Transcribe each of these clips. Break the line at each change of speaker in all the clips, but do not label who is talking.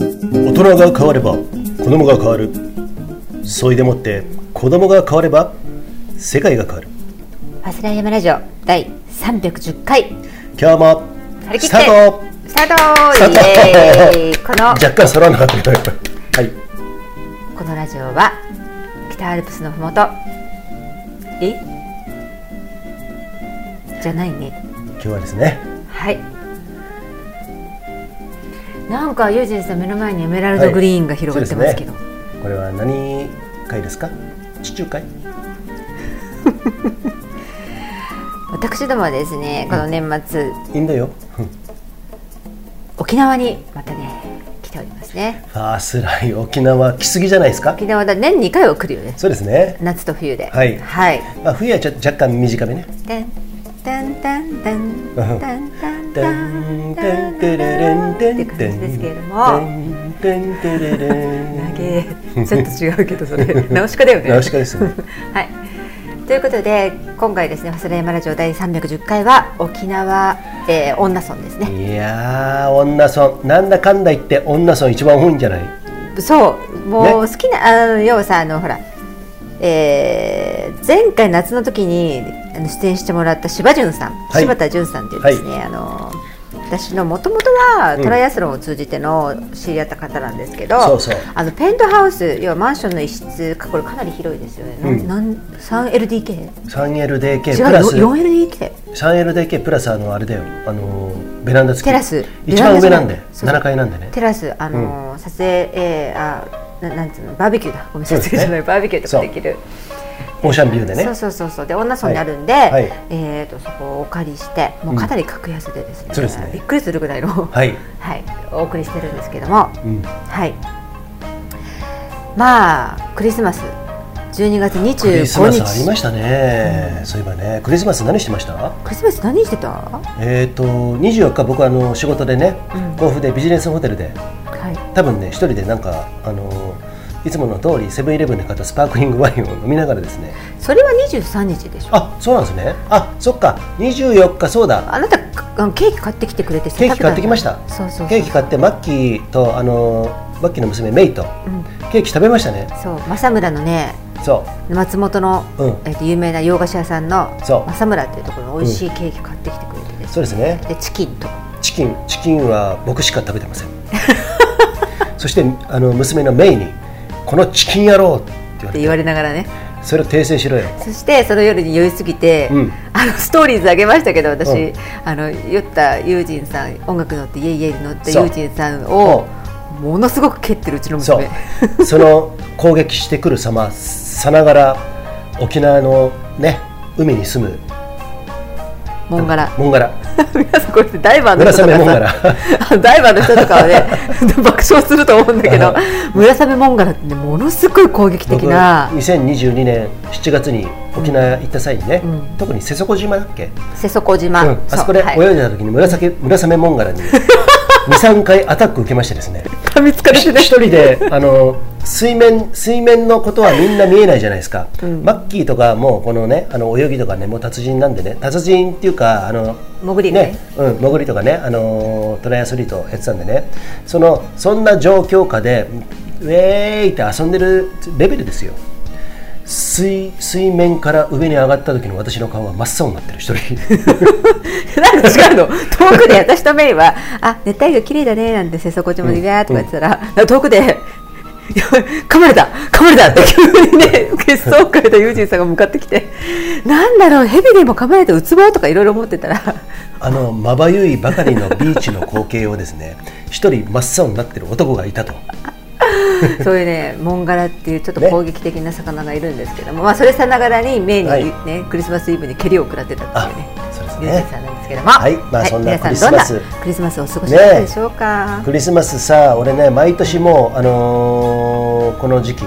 人が変われば子供が変わるそいでもって子供が変われば世界が変わる
ファスナー山ラジオ第310回
キャーマ
張り切って
スタート
スタートイエーイこの
若干揃わなかったけどやっぱりはい
このラジオは北アルプスのふもとえじゃないね
今日はですね
はいなんかユージンさん目の前にエメラルドグリーンが広がってますけど、
はいこれは何回ですか地中海
私どもはですねこの年末、
いいんだようん
沖縄にまたね来ておりますね
ファースライ沖縄来すぎじゃないですか
沖縄だ年2回は来るよね
そうですね、
夏と冬では
はい
はい
まあ、冬はちょ若干短めね
タンタンタンタンタンタンタンタンタンっていう感じですけれども
投
げちょっと違うけどそれ直しかだよね
ナウシカですね
はいということで今回ですね早稲田山ラジオ第310回は沖縄、えー、恩納村ですね
いやー女村なんだかんだ言って女村一番多いんじゃない
そうもう好きな、あの要はさあのほらえー、前回夏の時にあの出演してもらった柴淳さん、
はい
柴田淳さんというですね、あの私のもともとは
うん
トライアスロンを通じての知り合った方なんですけど、
そうそう
あのペントハウス要はマンションの一室かこれかなり広いですよね、
うん
なん 3LDK
3LDK
違う
プラス
4LDK
3LDK プラスあのあれだよあのーベランダ付き
テラス
一番上なんで
ベランダじゃない
7階なんでね
テラスあのー、撮影、えー、あななんつうのバーベキューだごめん
そう
撮
ですね
影じゃないバーベキューと
そう
かできる
オーシャンビューでね
そうそうそうそうで女村にあるんで、
はいはい
えー、とそこをお借りしてもうかなり格安でですね,、
んそうですね
びっくりするぐらいの、は
はいい、
お送りしてるんですけども、
うん、
はいまあクリスマス12月25日
クリスマスありま
し
したね、そういえばねクリスマス何してました
たクリスマス何してた、は
えっ、ー、と24日僕はあの仕事でね
うん
甲府でビジネスホテルで
い、
多分ね一人でなんかあのいつもの通りセブンイレブンで買ったスパークリングワインを飲みながらですね
それは23日でしょあ
あそうなんですねあそっか24日そうだ
なたあのケーキ買ってきてくれて
ケーキ買ってきまし
食
た
べたのそうそうそう
ケーキ買ってマッキーとあのマッキーの娘メイと
うん
ケーキ食べましたね
そう政村のね
そ
松本の、
うん
えっと有名な洋菓子屋さんの
そう
政村っていうところの美味しいケーキ買ってきてくれてで
う
す
そうですね
でチキンと
チキンチキンは僕しか食べてませ んそしてあの娘のメイに「このチキン野郎!」って言
っ
わ
て
れ
言
て
われながらね
それを訂正しろよ
そしてその夜に酔いすぎて、
うん
あのストーリーズあげましたけど私、
うん
あの酔った友人さん音楽乗ってイエイイエイに乗った
そう
友人さんをものすごく蹴ってるうちの
そ
娘
う その攻撃してくる様さながら沖縄のね海に住む
モンガラ
モンガラ
皆さんこれダイバーの人
村雨
と
モンガ
か
ラ
さあのダイバーの人とかは ね爆笑すると思うんだけど村雨モンガラってねものすごい攻撃的
僕
な
2022年7月に沖縄行った際にね、
うん
特に瀬底島だっけ、
瀬底島、
うんあそこで
はい
泳いでた時に紫村雨モンガ ラに23回アタック受けましてですね
噛みつかれて
一
ね
人 であの水面水面のことはみんな見えないじゃないですか、
うん
マッキーとかもうこのねあの泳ぎとかねもう達人なんでね達人っていうかあの
潜りがね
ねうん、潜りとかね、あのートライアスリートやってたんでねそのそんな状況下でウェーイって遊んでるレベルですよ水水面から上に上がった時の私の顔は真っ青になってる一人
なんか違うの 遠くで私とメイは「あ熱帯魚綺麗だね」なんて瀬底島でビャーとか言ってたら、遠くで 「いや噛まれた噛まれた」って急にね血相を変えた友人さんが向かってきて「なんだろうヘビでも噛まれたウツボ」とかいろいろ思って たら
あのまばゆいばかりのビーチの光景をですね一人真っ青になってる男がいたと。
そういうねモンガラっていうちょっと
ね
攻撃的な魚がいるんですけども、まあ、それさながらにメイに、ね
はい
クリスマスイブに蹴りを食らってたっていうね
あそうです
友
ね
人さんなんですけども、
はいまあそんな
皆さん
クリスマス
どんなクリスマスをお過ごしだったでしょうか、
クリスマスさ俺ね毎年もう、あのーこの時期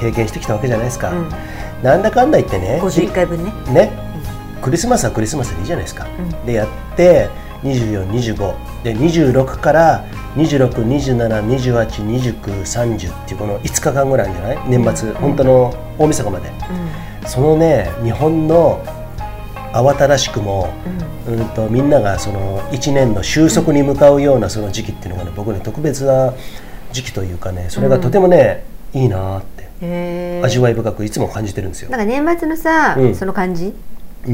経験してきたわけじゃないですか、
うん
なんだかんだ言ってね
うん、51回分ね
ねクリスマスはクリスマスでいいじゃないですか、
ん
でやって2425で26から2627282930っていうこの5日間ぐらいあるんじゃない年末、本当の大晦日までそのね日本の慌ただしくも、うんとみんながその1年の収束に向かうようなその時期っていうのがね僕ね特別な時期というかねそれがとてもね、いいなーって
へー
味わい深くいつも感じてるんですよ
なんか年末のさ、
うん
その感じ、
うん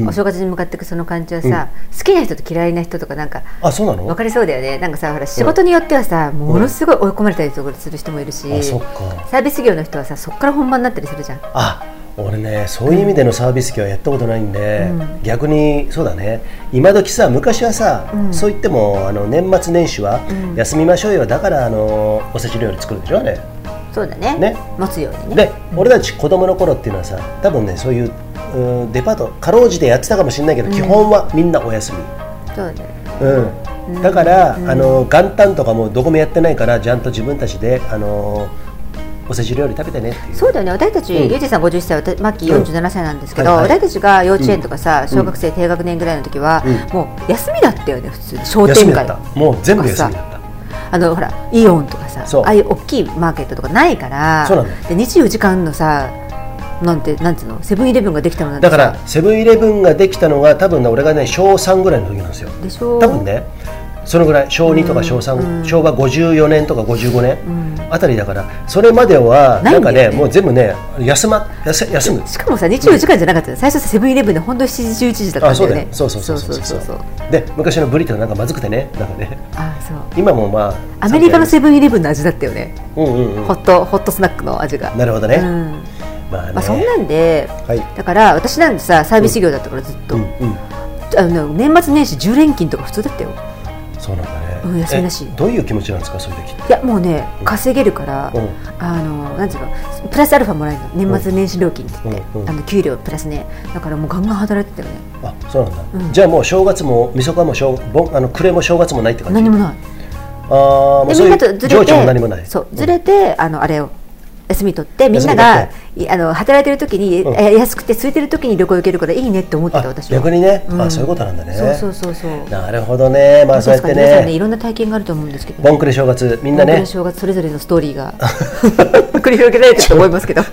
お正月に向かっていくその感じはさ、好きな人と嫌いな人とかなんか
あそうなの
分かりそうだよねなんかさほら仕事によってはさ、ものすごい追い込まれたりとかする人もいるし、
あそっか
サービス業の人はさそこから本番になったりするじゃん
あ俺ねそういう意味でのサービス業はやったことないんで、逆にそうだね今時さ昔はさ、そう言ってもあの年末年始は休みましょうよ、だからあのおせち料理作るでしょあれ
そうだね
ね
持つようにね
で俺たち子供の頃っていうのはさ多分ねそういううんデパートかろうじてやってたかもしれないけど、基本はみんなお休み、
そうだね
うん、だから、あの元旦とかもどこもやってないからちゃんと自分たちであのおせち料理食べてねっていう
そうだよね私たち、ゆうじさん50歳私マッキー47歳なんですけど、
うんはいはい
私たちが幼稚園とかさ、小学生低学年ぐらいの時は、もう休みだったよね普通に商
休
店
みだっ
街
たもう全部休みだった
あのほらイオンとかさ
そう
ああいう大きいマーケットとかないから
そうなの
で24時間のさなんてなんつうのセブンイレブンができたのなんて
だ
さ
からセブンイレブンができたのが多分ね俺がね小3ぐらいの時なんですよ
でしょ
多分ねそのぐらい小2とか小3、昭和54年とか55年あたりだからそれまではな
な
い
ん
ん
だ
かね
よね
もう全部ね休,、ま、休休む
しかもさ24時間じゃなかったよ最初さセブンイレブンで本当7時11時だった
あ
んだ
そう
よ
だよ
ね
そうそうそうそうそう
そうそう
で昔のブリってなんかまずくてねなんかね
あそう
今もまあ
アメリカのセブンイレブンの味だったよね、
うんうんうん
ホットホットスナックの味が、
なるほど
う
ね、
ん
まあね、
まあ、そんなんで、
はい
だから私なんてさサービス業だったからずっと、
うんうん
あの年末年始10連勤とか普通だったよ
そうなんだね、
うん休みなし
えどういう気持ちなんですかそういう時って
いやもうね稼げるから、
うん
あのなんていうのプラスアルファもらえるの年末年始料金って言って、
うんうん
あの給料プラスねだからもうガンガン働いてたよね
あそうなんだ、じゃあもう正月も晦日も正盆あの暮れも正月もないって感じ
何もない
ああもう
で
そ
み
うんい
なと
う
ず
情緒
れ
も
て
何もない
そうずれて、あのあれを休み取ってみんなが
休
いあの働いてる時に、
うん
え安くて空いてる時に旅行行けるからいいねって思って
あ
た私は
逆にね、
うん
あそういうことなんだね
そうそうそうそう
なるほどねまあそうや
確
っ
か
て
に皆さんねい
ね
ろんな体験があると思うんですけど
盆暮れ正月みんな
盆暮
ね
れ正月それぞれのストーリ ーが 繰り広げられてると思いますけどい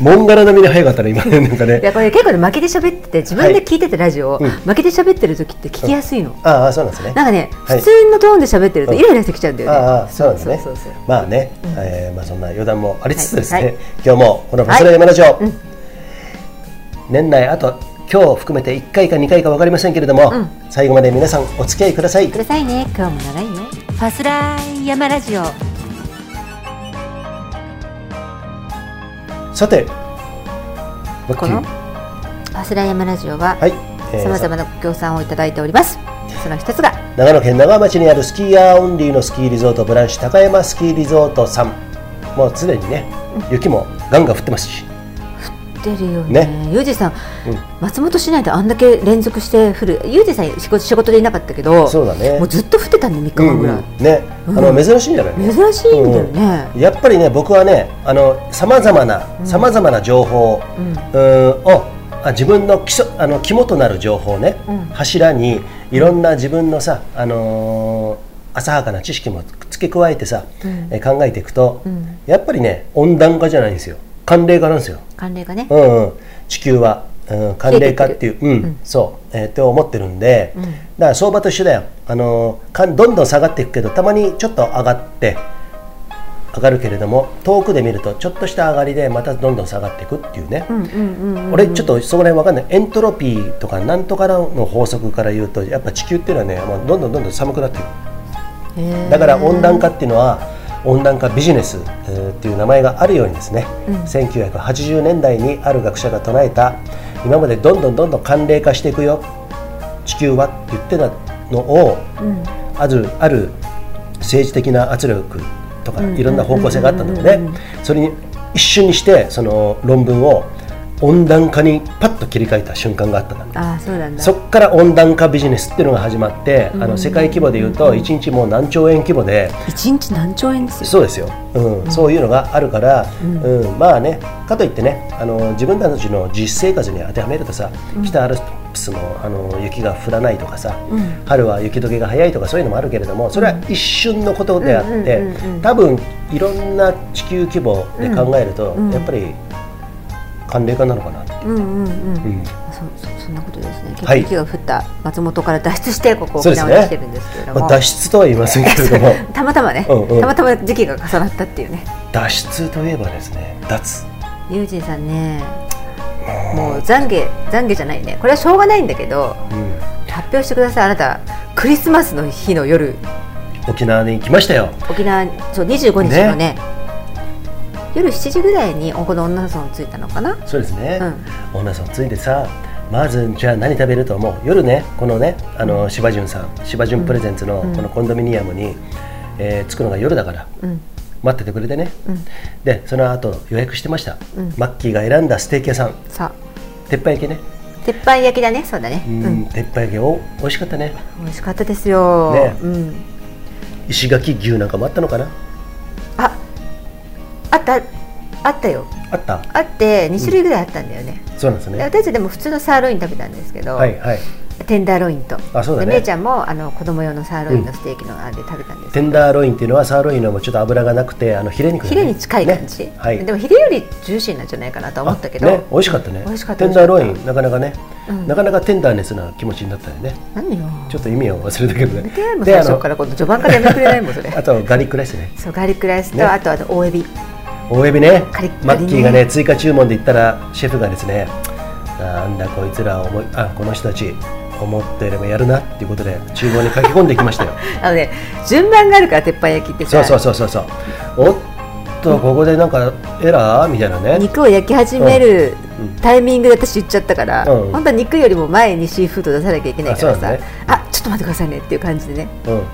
モンガラのみで早かったね今ねなんかね
やこれ結構ね負けで喋ってて自分で聞いててラジオを、
うん
負けで喋ってる時って聞きやすいの、
ああそうなんですね
なんかね、
はい
普通のトーンで喋ってると
うん
イライラしてきちゃうんだよね、
ああそうなんですね
そうそうそう
まあね、えーまあそんな余談もありつつですね、
はいはい
今日もこの「ファスナー山ラジオ」年内あと今日含めて1回か2回か分かりませんけれども、
ん
最後まで皆さんお付き合いください
くださいね今日も長いよファスライヤマラジオ
さてマッキ
こ
ー
のファスライヤマラジオは
はい、えー
さまざまなご協賛をいただいておりますその一つが
長野県長浜町にあるスキーヤーオンリーのスキーリゾートブランシュ高山スキーリゾートさんもうすでにね雪もガンガン降ってますし
出るよね
ね
ユージさん、
うん
松本市内であんだけ連続して降るユージさん仕事仕事でいなかったけど
そうだね
もうずっと降ってたんで3日間ぐらい、
ね、あの珍しいんじゃないの
珍しいんだよね、
やっぱりね僕はねあのさまざまなさまざまな情報、うん、をあ自分の基礎あの肝となる情報ね、柱にいろんな自分のさあのー浅はかな知識も付け加えてさ、え考えていくと、やっぱりね温暖化じゃないんですよ寒冷化なんですよ。
関連がね、
うんうん、地球は、うん、寒冷化っていう、うんそう、えーって思ってるんで、だから相場と一緒だよあのーかんどんどん下がっていくけどたまにちょっと上がって上がるけれども遠くで見るとちょっとした上がりでまたどんどん下がっていくっていうね、俺ちょっとそこら辺わかんないエントロピーとかなんとからの法則から言うとやっぱ地球っていうのはね、まあ、どんどんどんどん寒くなっていく
へー
だから温暖化っていうのは温暖化ビジネスえーっていう名前があるようにですね、1980年代にある学者が唱えた今までどんどんどんどん寒冷化していくよ地球はって言ってたのを、あるある政治的な圧力とかいろんな方向性があったのでねそれに一瞬にしてその論文を温暖化にパッと切り替えた瞬間があったんだ
ああそうなんだ
そこから温暖化ビジネスっていうのが始まって、あの世界規模でいうと1日もう何兆円規模で
一日何兆円ですよ
そうですよ、うんそういうのがあるから、うんまあねかといってねあの自分たちの実生活に当てはめるとさ、北アルプスもあの雪が降らないとかさ、春は雪解けが早いとかそういうのもあるけれどもそれは一瞬のことであって、
うんうんうん
多分いろんな地球規模で考えると、やっぱり寒冷化なのかなって、
うんうんうん、
うん
そうそうそうそんなことですね結構
はい
雪が降った松本から脱出してここ
そう
沖
です
縄
ね
に来てるんですけれども、
まあ、脱出とは言いませんけれ ども
たまたまね、
うんうん
たまたま時期が重なったっていうね
脱出といえばですね脱
龍神さんねもう懺悔懺悔じゃないねこれはしょうがないんだけど
うん
発表してくださいあなたクリスマスの日の夜
沖縄に来ましたよ
沖縄そう25日のね
ね
夜7時ぐらいにこの女村に着いたのかな
そうですね、女さんついてさまずじゃあ何食べると思う夜ねこのねあの芝潤さん芝潤プレゼンツのこのコンドミニアムに、えー着くのが夜だから
うん
待っててくれてね、
うん
でその後予約してました、
うん
マッキーが選んだステーキ屋さん
さ
鉄板焼きね
あ鉄板焼きだねそうだね
うん、鉄板焼きお美味しかったね
美味しかったですよ、
ね
うん、
石垣牛なんかもあったのかな
ああったあったよ
あった
あって2種類ぐらいあったんだよね、
そうなんです
で
ね
私たちでも普通のサーロイン食べたんですけど、
はいはい
テンダーロインと
あそうだね
でめいちゃんもあの子供用のサーロインのステーキのあれで食べたんですけ
テ
ど、
ンダーロインっていうのはサーロインのもうちょっと脂がなくてあのヒレ肉だ
ヒ
ね、
レに近い感じ、
ねはい
でもヒレよりジューシーなんじゃないかなとは思ったけど、
あね、美味しかったね
美味しかった
テンダーロインなかなかね、
うん
なかなかテンダーネスな気持ちになったよね
何よ
ちょっと意味を忘れたけど
見
ね
てもう
で
最
あ
初
の
から今度序盤からやめてくれないも んそれ
あとガリックライスね
そうガーリックライスと、
ね
あとあの大エビ
大エビね
カリッカリね
マッキーがね追加注文で言ったらシェフがですねなんだこいつら思いあこの人たち思ってよりもやるなっていうことで厨房に駆け込んでいきま したよ
あのね順番があるから鉄板焼きって
そ
さ
うそうそうそうそうおっとここでなんかエラーみたいなね
肉を焼き始める
うんうん
タイミングで私言っちゃったから、
うん
本当は肉よりも前にシーフード出さなきゃいけないからさあ,、
あそうだね
ちょっと待ってくださいねっていう感じでね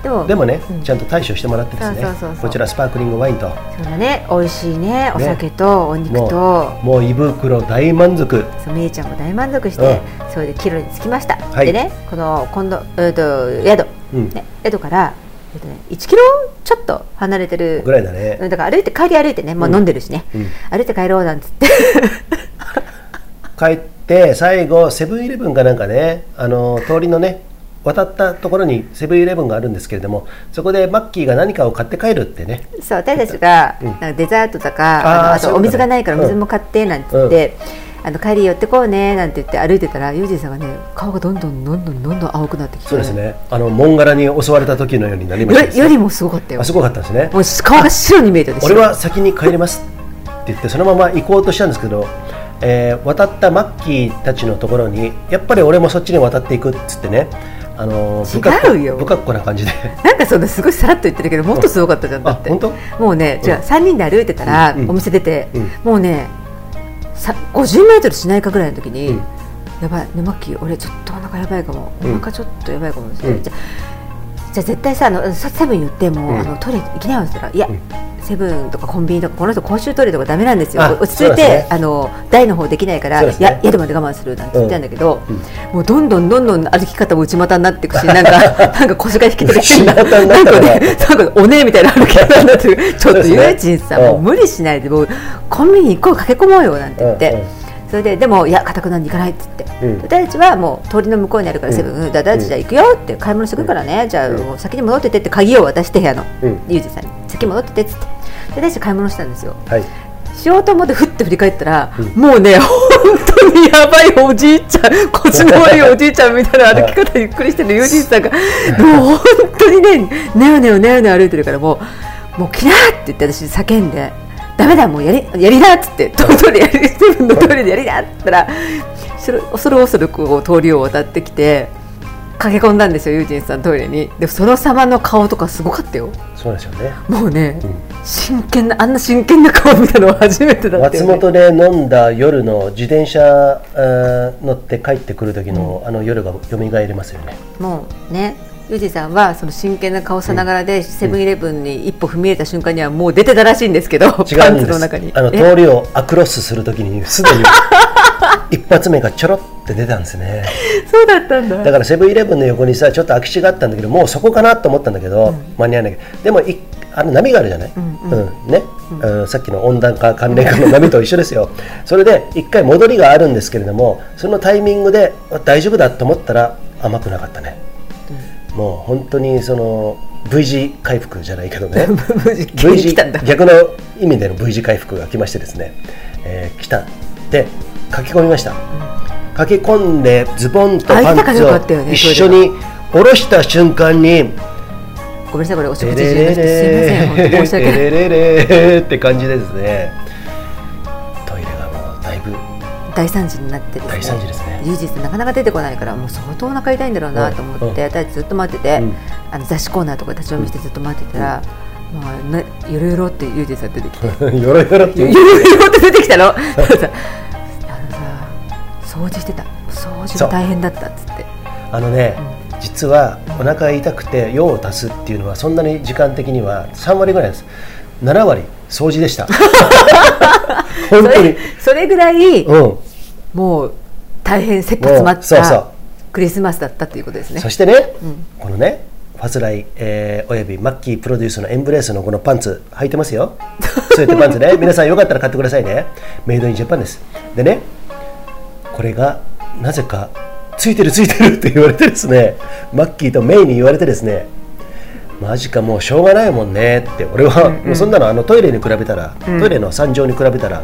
うん、
でも
ね、
うん
ちゃんと対処してもらってですね
そうそうそうそう
こちらスパークリングワインと
そうだね美味しいねお
ね
酒とお肉と、
もうもう胃袋大満足
そうめいちゃんも大満足して、それで帰路に着きました、
はい
でねこの今度、えー、と宿、
うん
ね、宿から、えーとね、1キロちょっと離れてる
ぐらいだね、
うんだから歩いて帰り歩いてねもう飲んでるしね、
うん
歩いて帰ろうなんつって
帰って最後セブンイレブンかなんかねあの通りのね渡ったところにセブンイレブンがあるんですけれどもそこでマッキーが何かを買って帰るってね
そう私たちが
うん
なんかデザートとか、あの
あー
あ
そういうことね
とお水がないからお水も買ってなんて言って、あの帰り寄ってこうねなんて言って歩いてたらユージンさんがね顔がどんどんどんどんどんどん青くなってきて
そうですねあのモンガラに襲われた時のようになりま
よ
したです
りよりもすごかったよ
あすごかったですね
もう顔が白に見えたでしょ
俺は先に帰りますって言ってそのまま行こうとしたんですけど、えー渡ったマッキーたちのところにやっぱり俺もそっちに渡っていくっつってねあのー不格好
違うよ
不格好な感じで
なんかそんなすごいさらっと言ってるけどもっとすごかったじゃんだって
あ本当
もうねじゃあ3人で歩いてたら、
うんうん
お店出て、
うん
もうねさ50メートルしないかぐらいの時に、
うん
やばいねマッキー俺ちょっとお腹やばいかもお
うん
腹ちょっとやばいかも、じゃ
うん
あじゃあ絶対さあのさセブン言っても、
うん
あのトイレ行きなよって言ったらいや、
ん
セブンとかコンビニとかこの人公衆トイレとかダメなんですよ
あ
落ち着
そ
い
で
う
す
て
ね
あの台の方できないから、
そうですね
や宿まで我慢するなんて言ってたんだけど、もうどんどんどんどん歩き方も内股になっていくしな んかなんか腰が引けてるし
内股になったから
なんかねなんかおねえみたいな歩き方になってるち
そ
ょっ
うで
と
す
ユ
ね
ージンさん、
うん
もう無理しないでもうコンビニ行こう駆け込もうよなんて言って、
うんうん
それででもいやかたくなに行かないって言って、
うん
私たちはもう通りの向こうにあるから
うん
セブン、だ私たちじゃあ行くよって買い物してくるからね、じゃあもう先に戻っててって鍵を渡して部屋の、
うん
ユージンさんに先戻っててっつってで私たち買い物したんですよ
はい
しようと思ってふって振り返ったら、もうね 本当にやばいおじいちゃん腰の悪いおじいちゃんみたいな歩き方ゆっくりしてる友人さんがもう本当にねねよねよねよねよ歩いてるからもうもうキラーって言って私叫んで「ダメだもうやりやりな」っつってトイレやりセブンのトイレでやりなって言ったらそれ恐る恐るこう通りを渡ってきて駆け込んだんですよ友人さんトイレにでその様の顔とかすごかったよ
そうですよね
もうね、
ん
真剣なあんな真剣な顔見たのは初めてだった
松
よ、ね、
本で飲んだ夜の自転車、えー乗って帰ってくる時の、あの夜が蘇りますよね
もうねユージさんはその真剣な顔さながらで、セブンイレブンに一歩踏み入れた瞬間にはもう出てたらしいんですけど パンツ
違うんで
の
す
中に
あの
え
通りをアクロスする時にすでに一発目がちょろって出たんですね
そうだったんだ
だからセブンイレブンの横にさちょっと空き地があったんだけどもうそこかなと思ったんだけど、間に合わないけどでもいあの波があるじゃない、うんね、うんさっきの温暖化関連化の波と一緒ですよそれで一回戻りがあるんですけれどもそのタイミングであ大丈夫だと思ったら甘くなかったね、もう本当にその V 字回復じゃないけどね
無事急
V
に
字
来たんだ
逆の意味での V 字回復が来ましてですね、えー来たで書き込みました、駆け込んでズボンとパ
あいたか
ンツ
どうか
を
あったよね
一緒に下ろした瞬間に
ごめんなさいこれ
「
お食事中 の人すいません本当申し訳ない
レレレレ」って感じでですねトイレがもうだいぶ
大惨事になってですね
大惨事ですね
事実なかなか出てこないからもう相当お腹痛いんだろうなと思って、
うんうん
私ずっと待ってて、
うん
あの雑誌コーナーとか立ち読みしてずっと待ってたら、まあね、ゆるゆろってユージさん出てきて
よろよろって
ゆ
言
る
う
ゆろって出てきたのあのさ掃除してた掃除が大変だったっつって
あのね、実はお腹痛くて用を足すっていうのはそんなに時間的には3割ぐらいです7割掃除でした本
そ
当に
れそれぐらい
うん
もう大変切羽詰まっ
そうそう
たクリスマスだったっていうことですね
そしてね、このねファスライ、えーおよびマッキープロデュースのエンブレースのこのパンツ履いてます よそういったパンツね皆さんよかったら買ってくださいねメイドインジャパンですでねこれがなぜかついてるついてるって言われてですねマッキーとメイに言われてですねマジかもうしょうがないもんねって俺はもうそんなのあのトイレに比べたら、トイレの惨状に比べたら、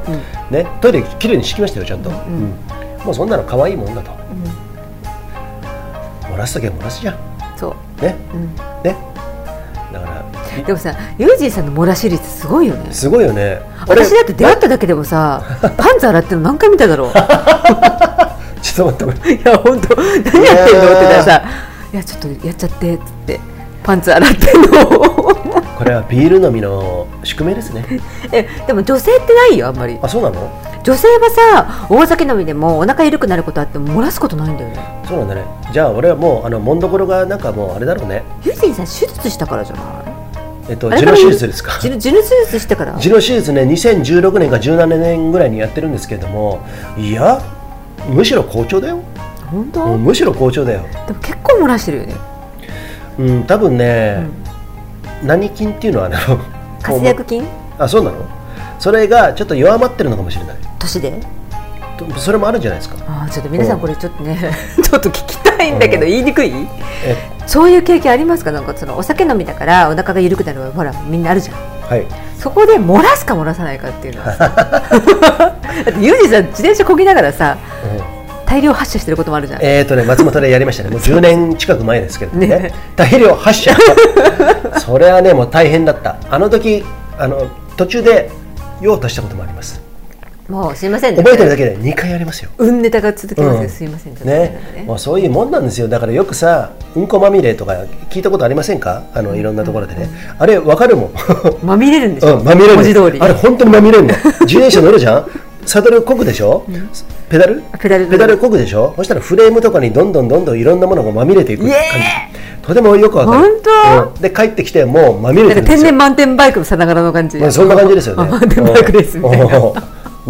ねトイレきれいに敷きましたよちゃんと、うんもうそんなの可愛いもんだと、漏らすときは漏らすじゃん
そう
ね、
ん
ねだから
でもさユージさんの漏らし率すごいよね
すごいよね俺
私だって出会っただけでもさパンツ洗ってるの何回見ただろう
ちょっと待って
いや本当何やってんのって言ったらさ「いやちょっとやっちゃって」っつってパンツ洗ってんの
これはビール飲みの宿命 ですね
えでも女性ってないよあんまり
あそうなの
女性はさ大酒飲みでもお腹緩くなることあっても漏らすことないんだよね
そうなんだねじゃあ俺はもうあのもんどころがなんかもうあれだろうね
ユージンさん手術したからじゃない
えっと
あれ
痔
か
の
ら
手術ですか
痔の痔の手術してから
痔の手術ね2016年か17年ぐらいにやってるんですけれどもいやむしろ好調だよ
本当、
うんむしろ好調だよ
でも結構漏らしてるよね
うん多分ね、何菌っていうのはあの
活躍筋
あそうなのそれがちょっと弱まってるのかもしれない
年で
とそれもあるんじゃないですか
あーちょっと皆さんこれちょっとね ちょっと聞きたいんだけど
うん
言いにくい
え
そういう経験ありますかなんかそのお酒飲みだからお腹が緩くなるはほらみんなあるじゃん
はい
そこで漏らすか漏らさないかっていうのはさ だってユージさん自転車こぎながらさ大量発射してることもあるじゃん
えーとね、松本でやりましたね、もう10年近く前ですけどね、
ね
大量発射、それはね、もう大変だった、あの時あの途中で用を足したこともあります、
もうすいませんね
覚えてるだけで2回ありますよ、
うんネタが続きますよ、
うん
すいませんちょっと
ね、もうそういうもんなんですよ、だからよくさ、うんこまみれとか聞いたことありませんか、あのいろんなところでね、あれ、わかるもん、
まみれるんでしょ、
うん、まみれる
文字通り
あれ本当にまみれる の自転車乗るじゃんサドルこぐでしょ、ペダル
ペダル
ペダルこぐでしょそしたらフレームとかにどんどんどんどんいろんなものがまみれていく感
イ
じ
エ
とてもよくわかる
本
うんで帰ってきてもうまみれ
な
てる
んか
んで
天
すよ
然満点バイクのさながらの感じ、
まあそんな感じですよ
あ
ね
満点バイクですみたいな、
うんうん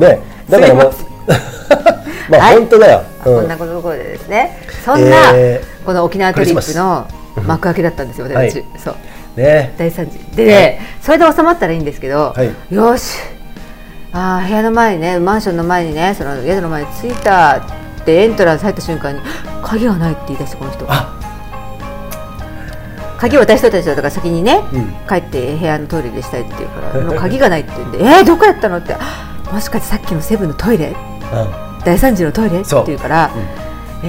ねだからもう
す
まあ
はい
本当だよ、うん
こんなところでですねそんな、
え
この沖縄トリップの幕開けだったんですよ
ん
私、
は
そう
ね
大惨事でね、それで収まったらいいんですけど、
はい
よーしあー部屋の前にねマンションの前にねその宿の前に着いたってエントランス入った瞬間に鍵がないって言い出してこの人
あ
鍵を渡しといた人だから先にね、
うん
帰って部屋のトイレでしたいって言うからもう鍵がないって言うんでえー、どこやったのってあもしかしてさっきのセブンのトイレ
う
大惨事のトイレって
そう
言うから、えー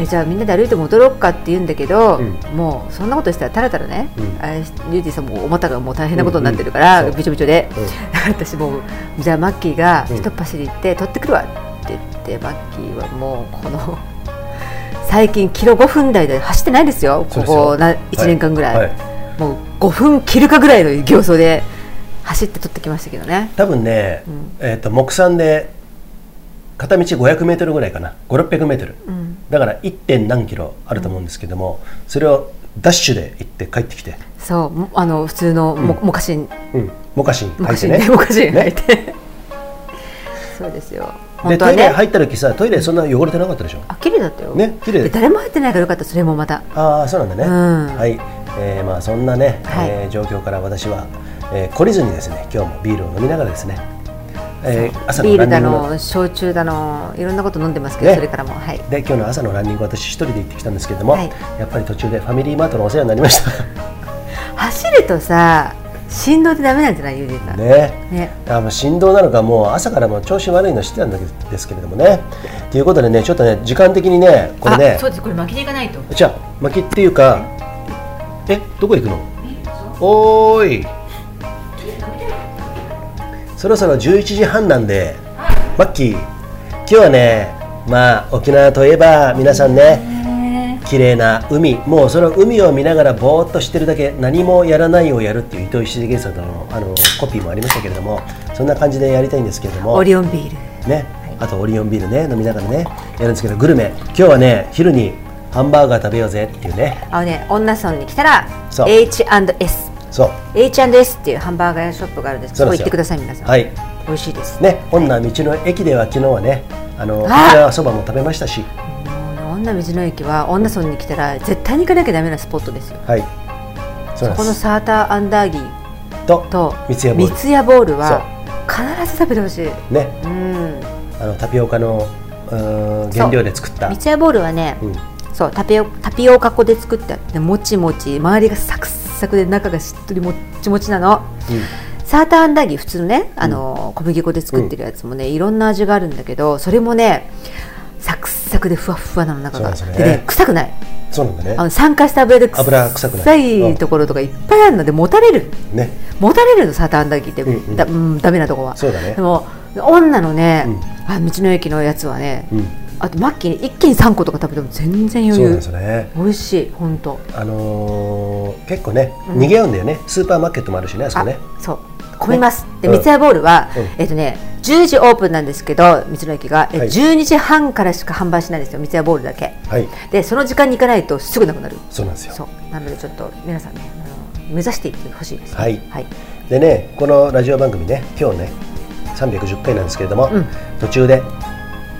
じゃあみんなで歩いて戻ろうかって言うんだけど、
うん
もうそんなことしたらたらたらね、
うん
あれユージさんもお股がもう大変なことになってるから、
うんうん
びちょびちょで、
うん
私もうじゃあマッキーが
うん
ひとっ走り行って取ってくるわって言ってマッキーはもうこの 最近キロ5分台で走ってないですよ
そうで
こ
すよ
こな
はい
1年間ぐらい、
はい
もう5分切るかぐらいの形相で走って取ってきましたけどね
多分ね、
ん
えっ、と木産で片道500メートルぐらいかな5 6 0 0メートル、だから 1. 点何キロあると思うんですけども、それをダッシュで行って帰ってきて、
そうもあの普通のも,、もかしん
うん、モカシン履い
昔
て
ね
ね
昔
ね
履いて、そうですよ
で
本当
ト
は
イレ
ね
入った時さトイレそんな汚れてなかったでしょ
あ綺麗だったよ
ね綺麗だ
で誰も入ってないからよかったそれもまた
ああそうなんだね、
うん
はい、えーまあそんなね、
はい
えー状況から私は、えー懲りずにですね今日もビールを飲みながらですね、えー朝
ビ
の
ー
ラ
ル
ンニ
だ
ングの
の焼酎だのいろんなこと飲んでますけど、
ね
それからもはい
で今日の朝のランニング私一人で行ってきたんですけども、
はい
やっぱり途中でファミリーマートのお世話になりました
走るとさ振動でダメなんじゃないユージさん。
ね
ね
あもう振動なのかもう朝からもう調子悪いのしてたんだけどですけれどもねということでねちょっとね時間的にねこれね
あそうですこれ巻きでいかないと。
じゃあ巻きっていうかえどこ行くのおーいそろそろ11時半なんでマッキー今日はねまあ沖縄といえば皆さんね綺麗な海もうその海を見ながらぼーっとしてるだけ何もやらないをやるっていう伊藤石井さんのあのコピーもありましたけれどもそんな感じでやりたいんですけれども
オリオンビール。
ね、あとオリオンビールね飲みながらねやるんですけどグルメ今日はね昼にハンバーガー食べようぜっていうね
あのね女村に来たら
そう
H&S。
そう
H&S っていうハンバーガーショップがあるんです
そ
そうこ
ですよ
行ってください皆さん、
はい
美味しいです
ね本な道の駅では昨日はねあの沖
あ
縄そばも食べましたし
もう女道の駅は女村に来たら絶対に行かなきゃダメなスポットですよ
はいそうなん
こ
で
の
す
サーターアンダーギー
と
と
三ツ矢ボール
三矢ボールは必ず食べてほしい
ね
うん
あのタピオカのうーん原料で作った
三ツ矢ボールはね、
うん
そうタピオタピオカ粉で作ってあってもちもち周りがサクサクで中がしっとりもっちもちなの、サーターアンダーギー普通のねあの、小麦粉で作ってるやつもねいろんな味があるんだけどそれもねサクサクでふわっふわなの中が
そうなんです
で
よね
ね臭くない
そうなんだ
あ
ね
の酸化した油で
油臭くないうん
いところとかいっぱいあるのでもたれる
ね
もたれるのサーターアンダーギーって、
うんうん
だうんダメなとこは
そうだね
でも女のね、
うん
あ道の駅のやつはね、
うん
あとマッキーに一気に3個とか食べても全然
そう
余
なん
裕
ですよね
美味しい本当
あのー結構ね
うん
賑わうんだよねスーパーマーケットもあるしねあそこ
あ
ね
そう混みます、で
うん
三ツ矢ボールは、
うん
えっとね10時オープンなんですけど道の駅が、え
はい
12時半からしか販売しないんですよ三ツ矢ボールだけ
はい
でその時間に行かないとすぐなくなる
そうなんですよ
そうなのでちょっと皆さんねあの目指していってほしいですね
はい
はい、
でねこのラジオ番組ね今日ね310回なんですけれども、
うん
途中で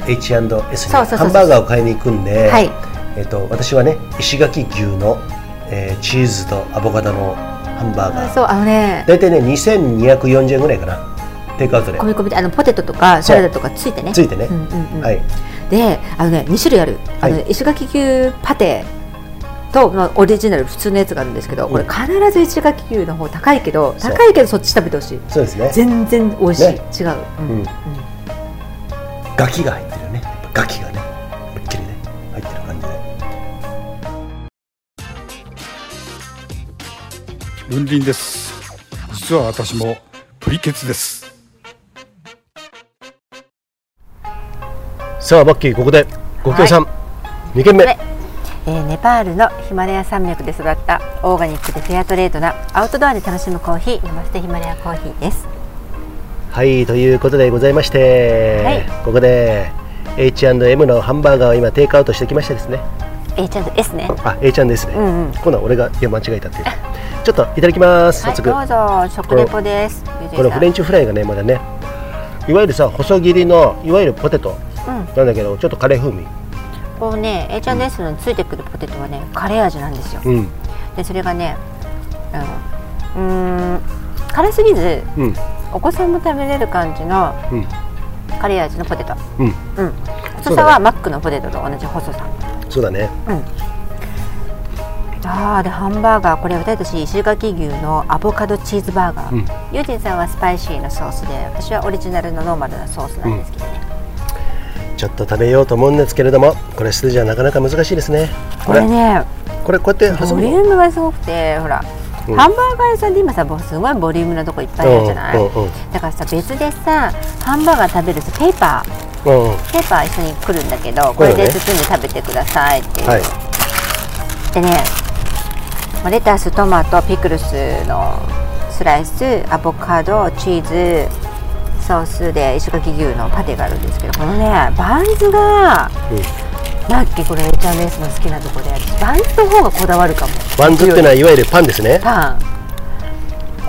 H&S に
そうそうそう
ハンバーガーを買いに行くんで、
はい
えっと私はね石垣牛の、えーチーズとアボカドのハンバーガー
そうあのね
大体ね2240円ぐらいかなテイクアウトで
込み込みであのポテトとか
そ
サ
う
ラダとかついてね
ついてね
うんうんうん
はい
であのね2種類ある、
はい
あの石垣牛パテと、まあ、オリジナル普通のやつがあるんですけど、これ必ず石垣牛の方高いけど
そう
高いけどそっち食べてほしい
そうですね
全然美味しい、
ね
違う、うん
うん
うん
ガキが入ってるよねやっぱガキがねぶっきりね入ってる感じで
雲林です実は私もプリケツです
さあマッキーここでご協賛、2軒目
はいえーネパールのヒマラヤ山脈で育ったオーガニックでフェアトレードなアウトドアで楽しむコーヒー山下ヒマラヤコーヒーです
はいということでございまして、
はい
ここで H&M のハンバーガーを今テイクアウトしてきましてですね
H&S ね
あ H&M ですね、
うんうん
今度は俺がいや間違えたっていうちょっといただきます
は
早速、
いどうぞ食レポです
このフレンチフライがねまだねいわゆるさ細切りのいわゆるポテト
うん
なんだけどちょっとカレー風味
こうね H&S のついてくるポテトはねカレー味なんですよ
うん
でそれがねあのうーん辛すぎず
うん
お子さんも食べれる感じの
うん
カレー味のポテト
うん
うん
そうだ
細さ
ね
はマックのポテトと同じ細さ
そうだね
あーでハンバーガーこれ私たち石垣牛のアボカドチーズバーガー、
うん
ユージンさんはスパイシーなソースで私はオリジナルのノーマルなソースなんですけどね、
ちょっと食べようと思うんですけれどもこれ素手じゃなかなか難しいですね
これね
これこうやって挟
ボ
む
リュームがすごくてほ
う
ら、
ん
ハンバーガー屋さんで今さすごいボリュームなとこいっぱいあるじゃない、
うんうんうん
だからさ別でさハンバーガー食べるさペーパー
うんうん
ペーパー一緒に来るんだけどこれで包んで食べてくださいっていう、
はい
でねまあレタストマトピクルスのスライスアボカドチーズソースで石垣牛のパテがあるんですけどこのねバンズが、マッキーこれ H&S の好きなとこで私バンズの方がこだわるかも
バンズっていうのはいわゆるパンですね
パン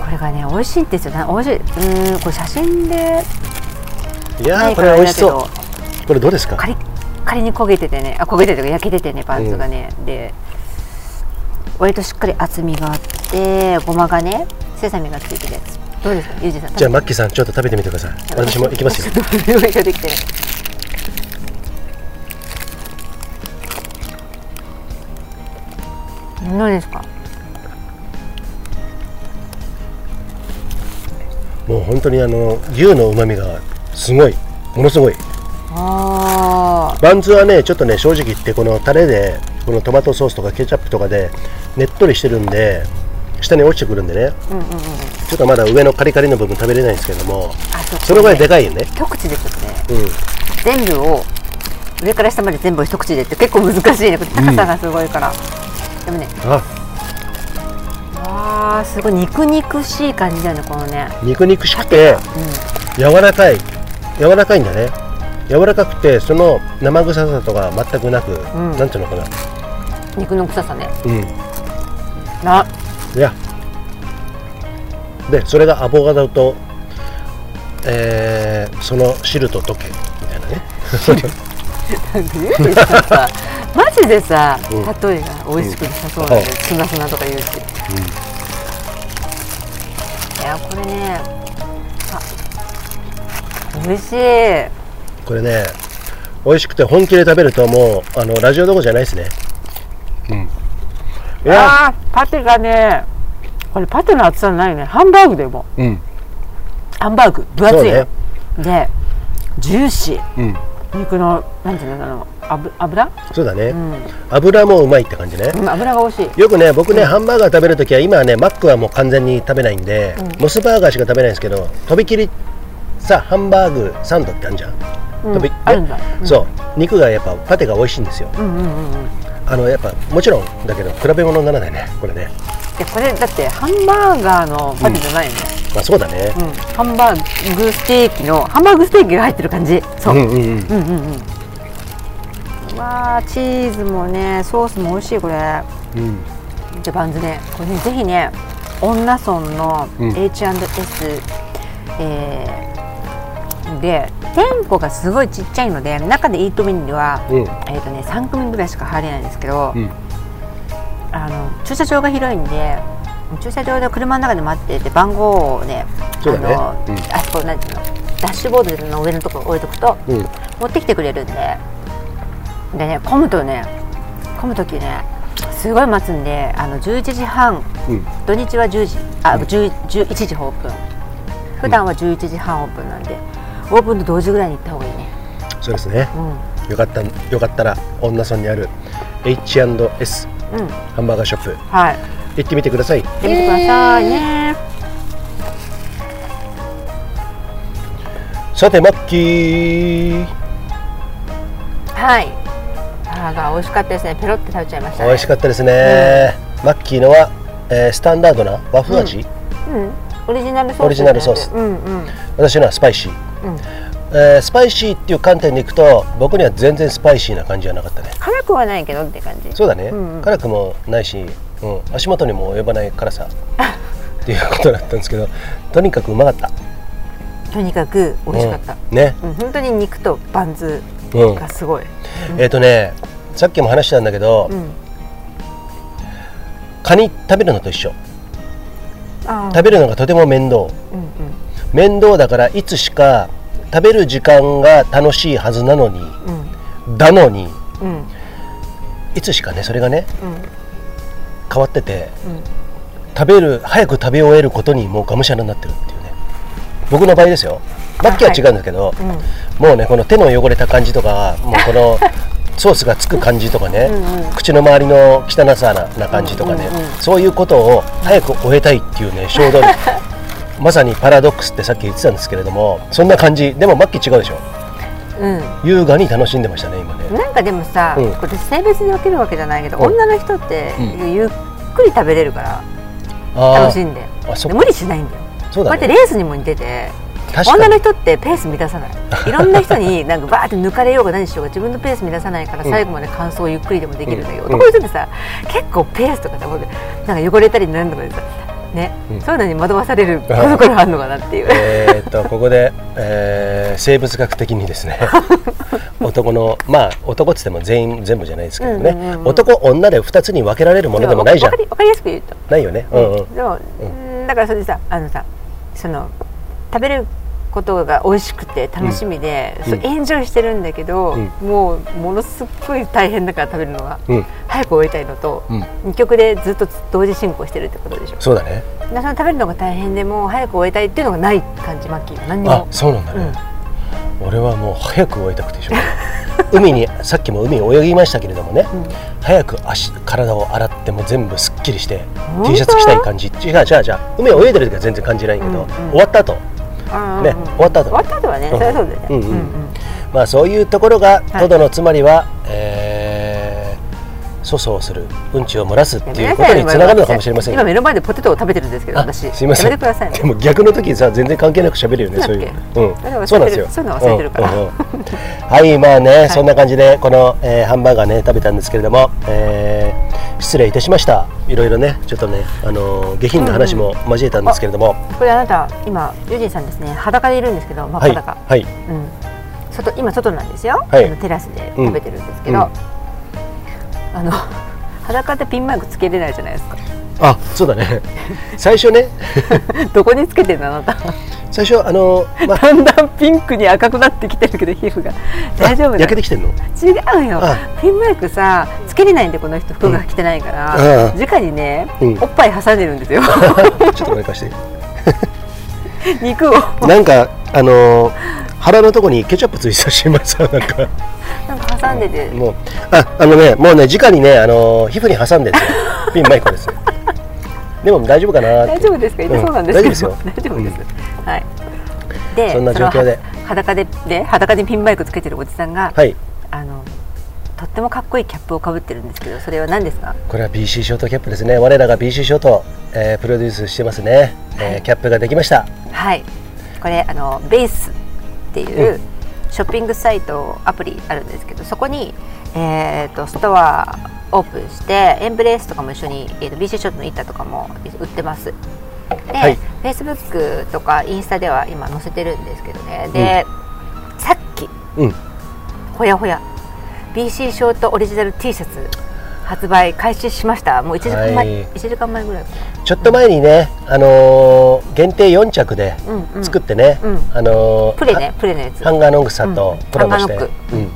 これがね美味しいんですよね美味しいうーんこれ写真で
いや
な
ー
い
こ
か
れ
ら
は美
あれだ
味し
け
そ
ど
うこれどうですか
カリッカリに焦げててねあ焦げてて焼けててねパンツがね、で割としっかり厚みがあってごまがねセサミがついてるやつどうですかユージさん
じゃあマ
食
ッキーさんちょっと食べてみてください
べて
私も行きますよ
ちょっと匂いができてるどうですか
本当にあの牛の旨味がすごいものすごい
あ
バンズはねちょっとね正直言ってこのタレでこのトマトソースとかケチャップとかでねっとりしてるんで下に落ちてくるんでね、ちょっとまだ上のカリカリの部分食べれないんですけども
あそう
そのぐらいでかいよね
ー一口でちょっとね
うん
全部を上から下まで全部を一口でって結構難しいねこれ高さがすごいから、でもね
あ
わあすごい肉肉しい感じだよねこのね
肉肉しくて柔らかい柔らかいんだね柔らかくてその生臭さとか全くなく、
ん
なんていうのかな
肉の臭さね
うん
ない
やでそれがアボカドと、えーその汁と溶けみたいな ね
さマジでさ、
ん
例えが美味しくなさそうなのに
うん
すなすなとか言うし、いやこれねあ美味しい
これね美味しくて本気で食べるともうあのラジオどころじゃないですねうんいや
あーパテがねこれパテの厚さないねハンバーグでも
うん
ハンバーグ分厚い
そうね
よ、でジューシー
うん
肉のなんていうのあの油油、
そうだね、
ん
油もうまいって感じね
うん、油が美味しい
よくね僕ね、ハンバーガー食べるときは今はねマックはもう完全に食べないんで、モスバーガーしか食べないんですけどとびきりさハンバーグサンドってあるじゃん、とびね
あるんだ
そう肉がやっぱパテが美味しいんですよ、あのやっぱもちろんだけど比べ物にならないねこれね
でこれだってハンバーガーのパテじゃないよね、
まあそうだね、
うんハンバーグステーキのハンバーグステーキが入ってる感じそう、
うんうんうん
わあチーズもねソースも美味しいこれ、じゃあバンズねこれねぜひね女村の H&S、えーで店舗がすごいちっちゃいので中でイートメニューは、
うん
えーとね、3組ぐらいしか入れないんですけど、
ん
あの駐車場が広いんで駐車場で車の中で待ってて番号をね
そうだね
あの、
うん
あそこなんていうのダッシュボードの上のところ置いとくと、
うん
持ってきてくれるんででね混むとね混む時ねすごい待つんであの11時半、
うん
土日は10時あ10 11時オープン普段は11時半オープンなんで、オープンと同時ぐらいに行った方がいいね
そうですね、よかったよかったら女村にある H&S、
うん
ハンバーガーショップ
はい
行ってみてください
行ってみてくださいね、
さてマッキー
はいあーが美味しかったですねペロって食べちゃいました、ね、
美味しかったですね、マッキーのは、えースタンダードな和風味、
うんオリジナルソース
オリジナルソース
うんうん
私のはスパイシー、
うん
えースパイシーっていう観点でいくと僕には全然スパイシーな感じはなかったね
辛くはないけどって感じ
そうだね、
んうん
辛くもないし、うん、足元にも及ばない辛 さっていうことだったんですけどとにかくうまかった
とにかく美味しかった、
うんね、
うん、本当に肉とバンズ
うん、
がすごい、
えっ、とねさっきも話したんだけど、
ん
カニ食べるのと一緒
あ
食べるのがとても面倒
うんうん
面倒だからいつしか食べる時間が楽しいはずなのに
うん
だのに
うん
いつしかねそれがね
うん
変わってて、
ん
食べる早く食べ終えることにもうがむしゃらになってるっていうね僕の場合ですよバッキーは違うんだけど、もうねこの手の汚れた感じとかもうこ のソースがつく感じとかね口の周りの汚さなな感じとかね、そういうことを早く終えたいっていうね衝動 にまさにパラドックスってさっき言ってたんですけれどもそんな感じでもマッキー違うでしょ
う
優雅に楽しんでましたね今ね
ん、なんかでもさ、
うん
これ性別に分けるわけじゃないけど、
うん
女の人って
う
ゆっくり食べれるから
あー
楽しんで
あそっ
で
か
無理しないんだよ
そう
こ
だ
うやって
ね
レースにも似てて
確か
女の
に
人ってペース乱さないいろんな人になんかバーって抜かれようが何しようが自分のペース乱さないから最後まで感想をゆっくりでもできるんだけど、
うん
男の人ってさ結構ペースとかさ僕なんか汚れたりなんとかでさね、そういうのに惑わされるこの頃あるのかなっていう。
えーっとここで、えー生物学的にです ね男のまあ男っつっても全員全部じゃないですけどね、
うんうんうんうん
男女で2つに分けられるものでもないじゃん
わかりわかりやすく言うと
ないよねうんうん
でも、うんだからそれでさあのさその食べることが美味しくて楽しみで、そうエンジョイしてるんだけど、
ん
もうものすっごい大変だから食べるのは、
うん
早く終えたいのと、
うん
二曲でずっと同時進行してるってことでしょ
そうだね
なかなか食べるのが大変でもう早く終えたいっていうのがない感じマッキーは何に
あ
も
そうなんだね、俺はもう早く終えたくてしょうがない 海にさっきも海に泳ぎましたけれどもね、早く足体を洗ってもう全部すっきりして
当
T シャツ着たい感じ違う違う違う海泳いでる時は全然感じないけど、
うんうん
終わった後
あー
ね終わった後
終わった後はね、
うん
それはそうだよね、
うんうん
うん
まあそういうところが、
はい
トドのつまりは、えー、粗相するうんちを漏らすって
や
いう
めな
こ
さ
と
い
に
よ
つながるのかもしれません
今
よ
目の前でポテトを食べてるんですけど
あ
私
すいません
やめてくださいね
でも逆の時さ全然関係なく喋るよね
そ
そうう
だ
い
っ
う
け、
うん、
そ
そううな
だ忘
んです
れてる
よ
そういうの忘れてるから
うんうんうんはいまあね、そんな感じでこの、えーハンバーガーね食べたんですけれども、えー失礼いたしましたいろいろねちょっとね、あのー下品な話も交えたんですけれども、
これあなた今ユージンさんですね裸でいるんですけど真っ
はい
裸、
はい
うん、外今外なんですよ、
はい
あのテラスで食べてるんですけど、
うん
あの 裸でピンマイクつけれないじゃないですか
あそうだね最初ね
どこにつけてんのあなた
最初あのーまあ
だんだんピンクに赤くなってきてるけど皮膚が 大丈夫なの
焼けてきてんの
違うよ
あ
ピンマイクさつけれないんでこの人服が着てないから、
うん
直にね、
うん
おっぱい挟んでるん ですよ
ちょっとこれ貸して
肉を
なんかあのー腹のとこにケチャップついてたし今 さなんか
なんか挟んでて
もうああのねもうね直にねあのー皮膚に挟んでるん ですよピンマイクをですよでも大丈夫かなって
大丈夫ですか痛そうなんですけ
うん
ど、
大丈夫ですよ
大丈夫です、はいで
そんな状況で
その裸でで裸にピンマイクつけてるおじさんが、
はい
あのとってもかっこいいキャップをかぶってるんですけどそれは何ですか
これは BC ショートキャップですね我らが BC ショート、えープロデュースしてますね、えーキャップができました
はいこれあのベースっていうショッピングサイトアプリあるんですけどそこに、えー、とストアオープンしてエンブレースとかも一緒に、えー、と BC ショットの板とかも売ってますで、
はい
フェイスブックとかインスタでは今載せてるんですけどねで、さっき
うん
ほやほや BC ショートオリジナル T シャツ発売開始しましたもう1時間前、
はい
1時間前ぐらいかな
ちょっと前にね、あのー限定4着で
うんうん
作ってね、
うん
あのー
プレねプレのやつ
ハンガーノングさんと
うん
コラボして、
ハンガー
う
ノ
ん
ング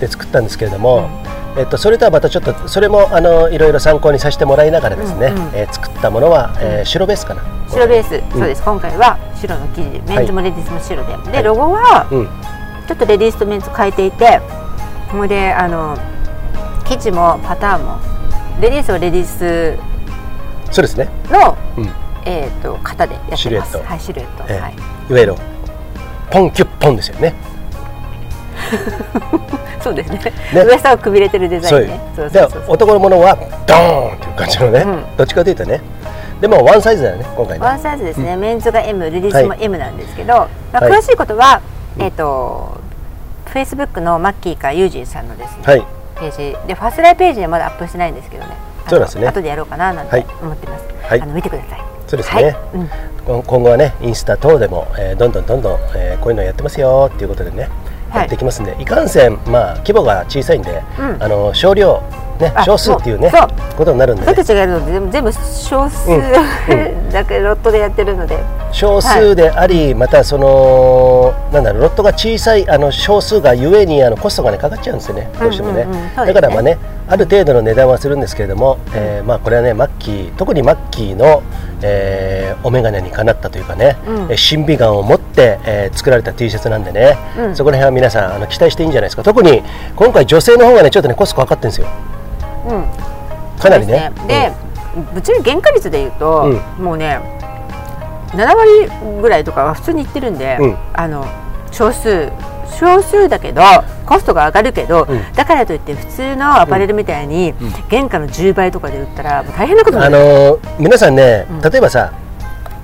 で作ったんですけれども、えっと、それとはまたちょっとそれもあのいろいろ参考にさせてもらいながらですね、
うんうん
えー作ったものは、えー白ベースかな
白ベース、
ん
そうです今回は白の生地メンズもレディースも白で、
は
で
い
ロゴは
うん
ちょっとレディースとメンズ変えていてそれであの生地もパターンもレディースはレディース
そうですね、
の、
うん
えー、と型でやってます
シルエット
はいシルエット、
えー
はい、
いわゆるポンキュッポンですよね
そうですね
ね
上下をくびれてるデザ
そう
イ
い
ン
う
ねそうそうそう
で男のものはドーンっていう感じのね、
うん
どっちかというとねでもワンサイズだよね今回ね
ワンサイズですね、メンズが M レディースも
は
M なんですけど、まあ、
はい
詳しいことは、えっ、とフェイスブックのマッキーかユージンさんのですね、
はい
ページでファスライページにはまだアップしてないんですけどねあの
そうなんですね
後でやろうかななん
は
て
い
思ってます、
はい
あの見てください
そうですね
はいうん
こん今後はねインスタ等でも、えーどんどんどんどん、えーこういうのやってますよっていうことでね、
はい
やっていきますんでいかんせんまあ規模が小さいんで、
うん
あの少量ね
あ
少数っていうね
そう
ことになるんで、
私
ね
た、ちがやるので全部全部少数、
うん
だけロットでやってるので
少数であり、またそのなんだろうロットが小さいあの少数がゆえにあのコストがねかかっちゃうんですよねどうしてもね,、
うんうんうんそうですね
だからまあねある程度の値段はするんですけれども、えーまあこれはねマッキー特にマッキーの、えーお眼鏡にかなったというかね、
うん
えー神美眼を持って、えー作られた T シャツなんでね、
うん
そこら辺は皆さんあの期待していいんじゃないですか特に今回女性の方がねちょっとねコストかかってるんですよ
うん
かなりね
そうですねで、ぶっちゃけ原価率でいうと、もうね7割ぐらいとかは普通にいってるんで、
うん
あの少数少数だけどコストが上がるけど、
うん
だからといって普通のアパレルみたいに原価の10倍とかで売ったらもう大変なことにな
あ
る、
のー皆さんね、
うん
例えばさ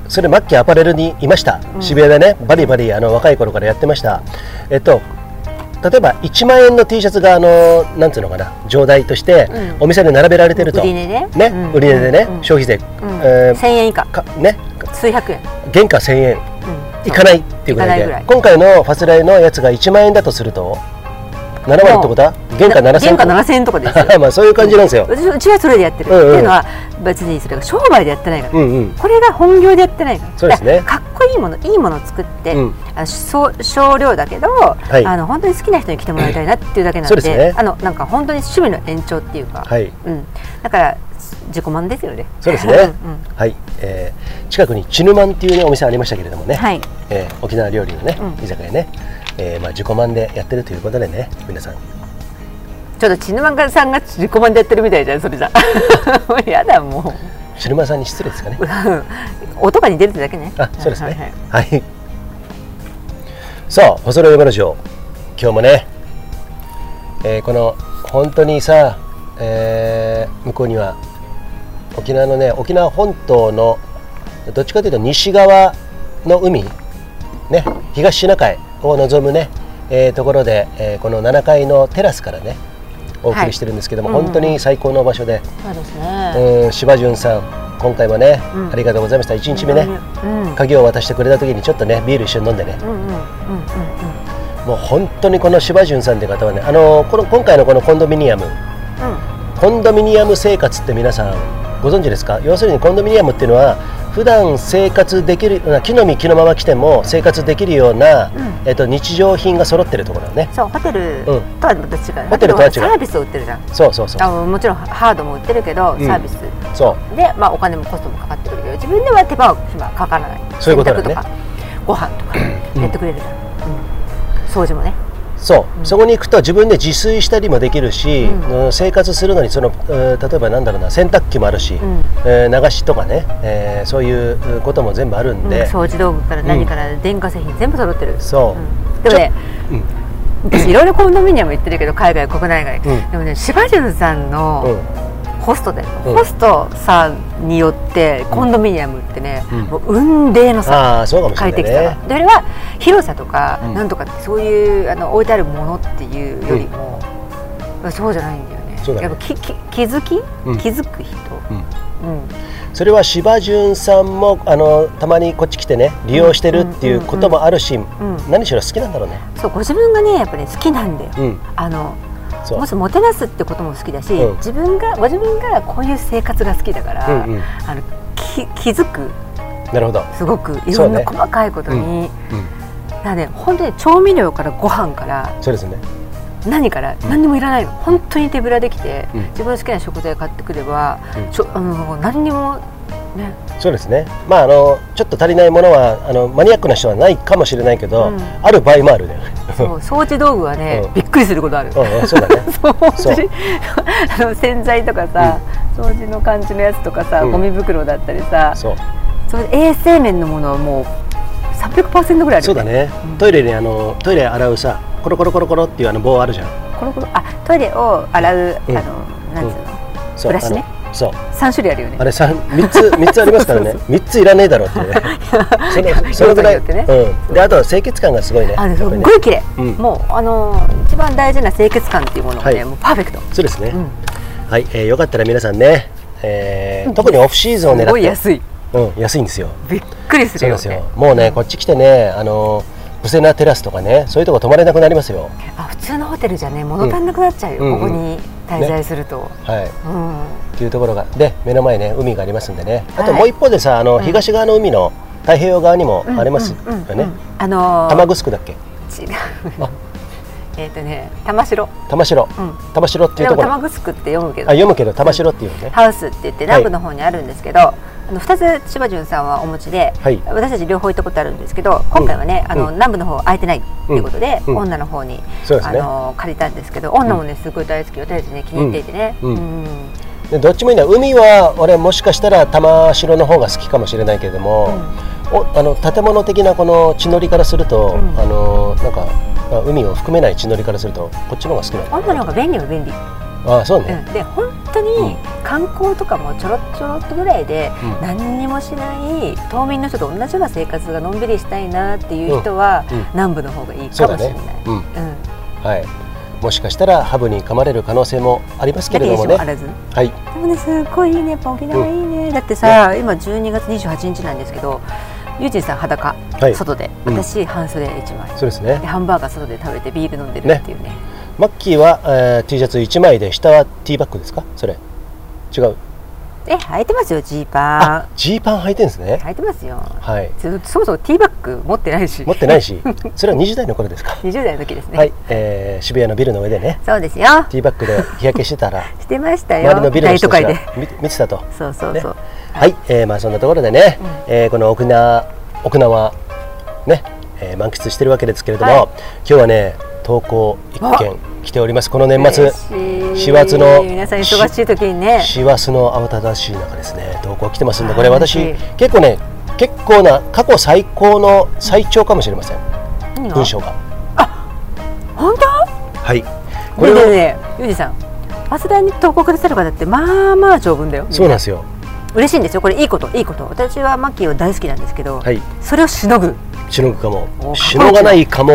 それマッキーアパレルにいました、渋谷でねバリバリあの若い頃からやってましたえっと例えば1万円の T シャツがあのーなんつうのかな上代として
うん
お店で並べられてると、
売り値ねうん
売り値でね、
うん
消費税、
うん
えー
1000円以下
かね
数百円、
原価1000円
うん
いかないっていうぐらいで
いかないぐらい
今回のファスライのやつが1万円だとすると7割ってことは原価7000
原価7000円とかです よ
まあそういう感じなんですよ、
私うちはそれでやってる、
うんうん
っていうのは別にそれが商売でやってないから、
うんうん
これが本業でやってないから
そうですね
だからかっこいいものいいものを作って、
うん
あのそう少量だけど、
い
あの本当に好きな人に来てもらいたいなっていうだけな
そ
の
う
で,、
ですね
あのなんか本当に趣味の延長っていうか、
はい
うん、だから自己満ですよね
そうですね。
ん
はい、えー近くにチヌマンっていう、ね、お店ありましたけれどもね、
はい
えー沖縄料理のね、
うん
居酒屋ね、えーまあ、自己満でやってるということでね皆さん
ちょっとちぬまんさんが自己満でやってるみたいじゃんそれじゃ もう やだも
チヌマンさんに失礼ですかね
う音が似てるってだけね
あそうです
はいはい
ねはい、さあ細野話を今日もね、えーこの本当にさ、えー向こうには沖縄のね沖縄本島のどっちかというと西側の海ね東シナ海を望むね、えーところで、えーこの7階のテラスからねお送りしてるんですけども、
はい
本当に最高の場所で、
そうですね
うん、柴潤さん今回もね、
うん
ありがとうございました1日目ね、
うん
鍵を渡してくれた時にちょっとねビール一緒に飲んでね
うんうんうんうん
もう本当にこの柴潤さんという方はねあのこの今回のこのコンドミニアム
うんうん
コンドミニアム生活って皆さんご存知ですか要するにコンドミニアムっていうのは普段生活できるあ木の実木のまま来ても生活できるような、
ん
えっと、日常品が揃ってるところだね
そうホテルと
うん
はまた違う、
ホテルとは違う
サービスを売ってるじゃん
そうそうそう
あもちろんハードも売ってるけど、
うん
サービス
そう
で、まあ、お金もコストもかかってくるけど自分では手間はかからない
そういうことだね
洗濯とかご飯とかやってくれるじゃん、うん掃除もね
そう、そこに行くと自分で自炊したりもできるし、うん生活するのにその、えー例えばなんだろうな洗濯機もあるし、
ん
えー流しとかね、えーそういうえーことも全部あるんで、
うん掃除道具から何から電化製品全部揃ってる、
そう
うんでもね、私いろいろコンドミニアム行ってるけど海外国内外、
うん
でもね柴潤さん
う
の
ん
ホストで、よ
うん
ホストさんによってコンドミニアムってね、
ん
もう雲泥のさ
ああそうかもし
変
れ
えてき
な
た
い
わ
ね
であれは広さとか、
うん
なんとかってそういうあの置いてあるものっていうよりも、そうじゃないんだよね
そうだね
やっぱきき気づき、
うん
気づく人、うん
それは柴潤さんもあのたまにこっち来てね利用してるっていうこともあるし、
ん
何しろ好きなんだろうね、
そうご自分がねやっぱり、ね、好きなんだよ、
うん、
あの
そう
もしもてなすってことも好きだし、
うん
自分がご自分がこういう生活が好きだから、
うんうん
あのき気づく
なるほど、
すごくい
そ
ろ
うん
な
ね
細かいことに、
うん、
だからね本当に調味料からご飯から
そうですね
何から何にもいらないの、本当に手ぶらできて、
うん
自分の好きな食材買ってくれば、
うん
ちょあの何にもね
そうですねまああのちょっと足りないものはあのマニアックな人はないかもしれないけど、
うん
ある場合もあるね
そう掃除道具はね、
うん
びっくりすることある、
うんうんそうだ ね
そう本
そう
当にあの洗剤とかさ、掃除の感じのやつとかさ、
うん
ゴミ袋だったりさ、
そう
それ衛生面のものはもう300%ぐらいある
そうだね、トイレにあのトイレ洗うさコロコロコロコロっていうあの棒あるじゃん
コロコロあトイレを洗う、
うん
あのなんつうの、
そう
ブラシね
あのそう
三3種類あるよね
あれ三三つ三つありますからね三ついらねえだろうって いうねそのそのぐらい、
用途によって
うんであとは清潔感がすごいね
あのす
や
っ
っぱりね
ごい綺麗、
うん
もうあのー一番大事な清潔感っていうものがね、
はい
もうパーフェクト
そうですね、
ん
はい、えー、よかったら皆さんね、えー、特にオフシーズンを狙っ
す
て
ごい安い
うん、安いんですよ
びっくりす
そう
るよ
です
ね
よもうねこっち来てねあの無性なテラスとかねそういうとこ泊まれなくなりますよ
あ普通のホテルじゃね物足んなくなっちゃうよ、
うん
ここに滞在すると、
はい
うん
っていうところがで目の前ね海がありますんでねあと
はい
もう一方でさあの、東側の海の太平洋側にもあります
うんうん
よね
あのー
玉城だっけ
違う
あ
えっとね玉城
玉城
うん
玉城ってい
で
うと
も
ころあ
玉城って読むけど
読むけど玉城っていうのね
ハウスって言って南部の方にあるんですけど、あの2つ千葉潤さんはお持ちで、
はい
私たち両方行ったことあるんですけど今回はね、
うん
あの
うん
南部の方空いてないっていうことで、
うんうん
女の方に、
そうです
あ
ね
の借りたんですけど女もねすごい大好き私たちね気に入っていてね、
うんうん
うん
でどっちもいいな海は俺もしかしたら玉城の方が好きかもしれないけれども、おあの建物的なこの地のりからすると、
うん
あのなんかまあ海を含めない地のりからするとこっちの方が好きなの
女の方が便利は便利、
ああそうね、
うん、で本当に観光とかもちょろっちょろっとぐらいで、
うん
何にもしない島民の人と同じような生活がのんびりしたいなっていう人は、
うんうん
南部の方がいい
そ
か
うだ
もしれ
ね
ない。
うん
うん
はいもしかしたらハブに噛まれる可能性もありますけ
だけ
れどもね
でしょあらず
はい
でもね、すっごいいいね、やっぱ沖縄いいね、だってさ、今12月28日なんですけど。ユージンさん裸、
い
外で、
うん
私半袖一枚、
そうですね
でハンバーガー外で食べてビール飲んでる
ね
っていうね。
マッキーは、えー、T シャツ1枚で下はティーバッグですかそれ違う
え履いてますよジー
あ
パ
ジーパン履いてるんですね
ン履いてますよ
はい
ずそもそもティーバッグ持ってないし
持ってない しそれは20代の頃ですか
20代の時ですね、
はい、えー、渋谷のビルの上でね
そうですよ
ティーバッグで日焼けして たら
してましたよ
周りのビルの
大
人
都
たち
会
が
で
見見てたと
そうそうそう、
ねはい、えー、まあそんなところでね、えーこの沖縄沖縄ね、えー満喫してるわけですけれども、
はい
今日はね投稿一件来ておりますこの年末
嬉しい
師走の
皆さん忙しい時にね
師走の慌ただしい中ですね投稿来てますんでこれ
はい
私結構ね結構な過去最高の最長かもしれません
何が
文章が
本
はい
当
これ
ねえね
を
えねえユージさん早稲田に投稿くださる方ってまあまあ長文だよ
そうなんですよ
嬉しいんですよこれいいこといいこと私はマッキーを大好きなんですけど、
はい
それをしのぐ
しのぐか
お
も
ー
しのがない かも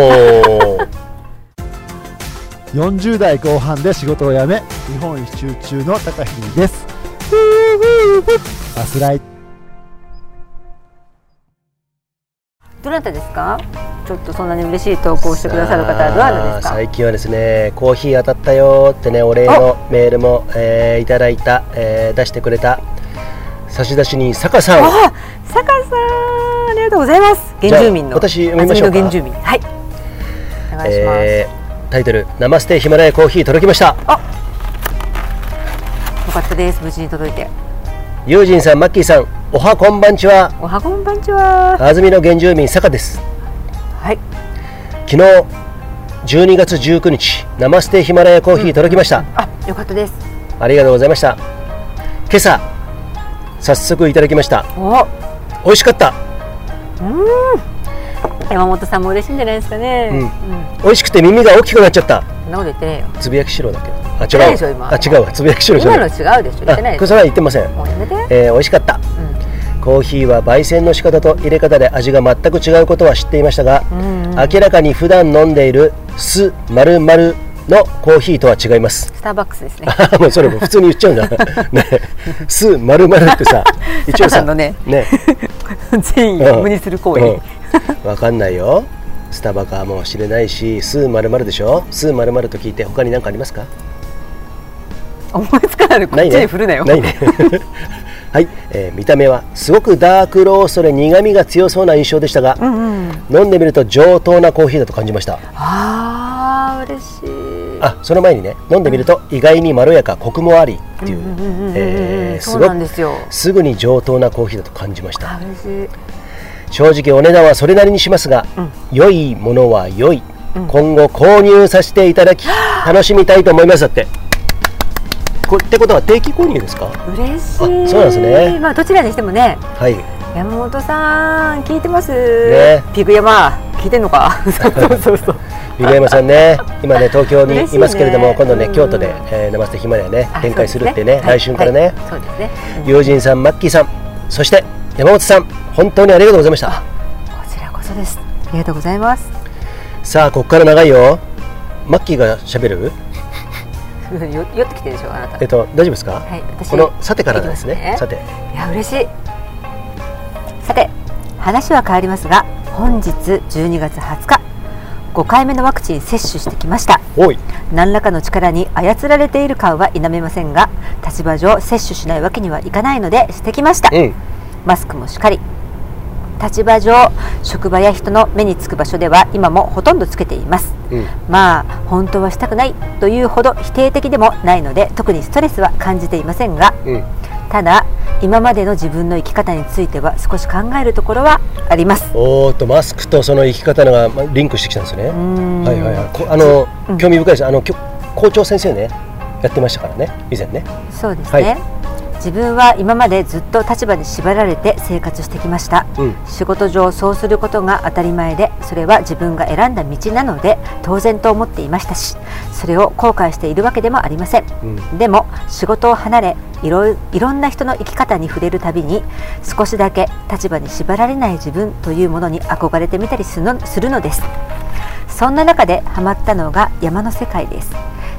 40代後半で仕事を辞め日本一周中の高ひにですバスライ
どなたですかちょっとそんなに嬉しい投稿をしてくださる方はどな
さあ
たです
最近はですねコーヒー当たったよーってねお礼のメールも、えーいただいた、えー出してくれた差出人坂さん
かあ坂さんありがとうございます原住民の
じゃあ私読みましょうか
安曇野原住民はいお願いします、
えータイトル「ナマステヒマラヤコーヒー届きました」
よかったです無事に届いて
ユージンさんマッキーさんおはこんばんちは
おはこんばんちは
安曇野原住民坂です
はい
昨日12月19日ナマステヒマラヤコーヒー届きました、
あよかったです
ありがとうございました今朝早速いただきました
お
美味しかった
山本さんも嬉しいんじゃないですかね
うん
うん、
美味しくて耳が大きくなっちゃった
そんなこと言ってねえよ
つぶやきしろだっけ
て
あ
ない
違
でしょ
う
今
あ違うわつぶやきしろじゃ
今の
ない
違
う
でしょ言ってない
あ
で
こ
し
れ
ょ
は言ってません、
もうやめて
えー、美味しかったコーヒーは焙煎の仕方と入れ方で味が全く違うことは知っていましたが、明らかに普段飲んでいる酢丸々のコーヒーとは違います
スターバックスですね
もうそれも普通に言っちゃうんだ ね酢丸々ってさ一応
坂さ
さ
んのね
ね
全員を無にする行為、
うんわかんないよスタバかもしれないし酢丸々でしょ酢丸々と聞いて他に何かありますか
思いつかないでこっ
ない
ち
ね
に振るなよ
いね はい、えー見た目はすごくダークローストで苦味が強そうな印象でしたが、飲んでみると上等なコーヒーだと感じました
あー嬉しい
あその前にね飲んでみると意外にまろやかコクもありっていうえー
そ
す
う
ご
な
く
んですよ
すぐに上等なコーヒーだと感じました
あ嬉しい
正直お値段はそれなりにしますが、良いものは良い、今後購入させていただき楽しみたいと思いますだってこってことは定期購入ですか
嬉しい
そうなんですね
まあどちらにしてもね
はい
山本さん聞いてます、
ね
ピグ山聞いてん のかそうそうそうそう
湯山さん ね今ね東京に
嬉しい
い
ね
ますけれども、今度ね
うん
京都で「えー、ナマステヒマラヤね」
あ
展開するってね
そうで
来
す
春からね、
はいそうですね
友人さんマッキーさんそして山本さん本当にありがとうございました
こちらこそですありがとうございます
さあここから長いよマッキーがしゃべる
よ寄ってきてるでしょあなた
えっと大丈夫ですか、
はい私
このさてからですね
いきます
さて
いや嬉しいさて話は変わりますが本日12月20日5回目のワクチン接種してきました
おい
何らかの力に操られている感は否めませんが立場上接種しないわけにはいかないのでしてきました、
うん
マスクもしかり立場上職場や人の目につく場所では今もほとんどつけています、
うん
まあ本当はしたくないというほど否定的でもないので特にストレスは感じていませんが、
うん
ただ今までの自分の生き方については少し考えるところはあります
おーっとマスクとその生き方がまリンクしてきたんですね。はいはいはい。こあの、興味深いです。あのきょ校長先生ねやってましたからね以前ね。
そうです
は
ね、
い
自分は今までずっと立場に縛られて生活してきました、
うん
仕事上そうすることが当たり前でそれは自分が選んだ道なので当然と思っていましたしそれを後悔しているわけでもありません、でも仕事を離れいろいいろんな人の生き方に触れるたびに少しだけ立場に縛られない自分というものに憧れてみたりすのするのですそんな中でハマったのが山の世界です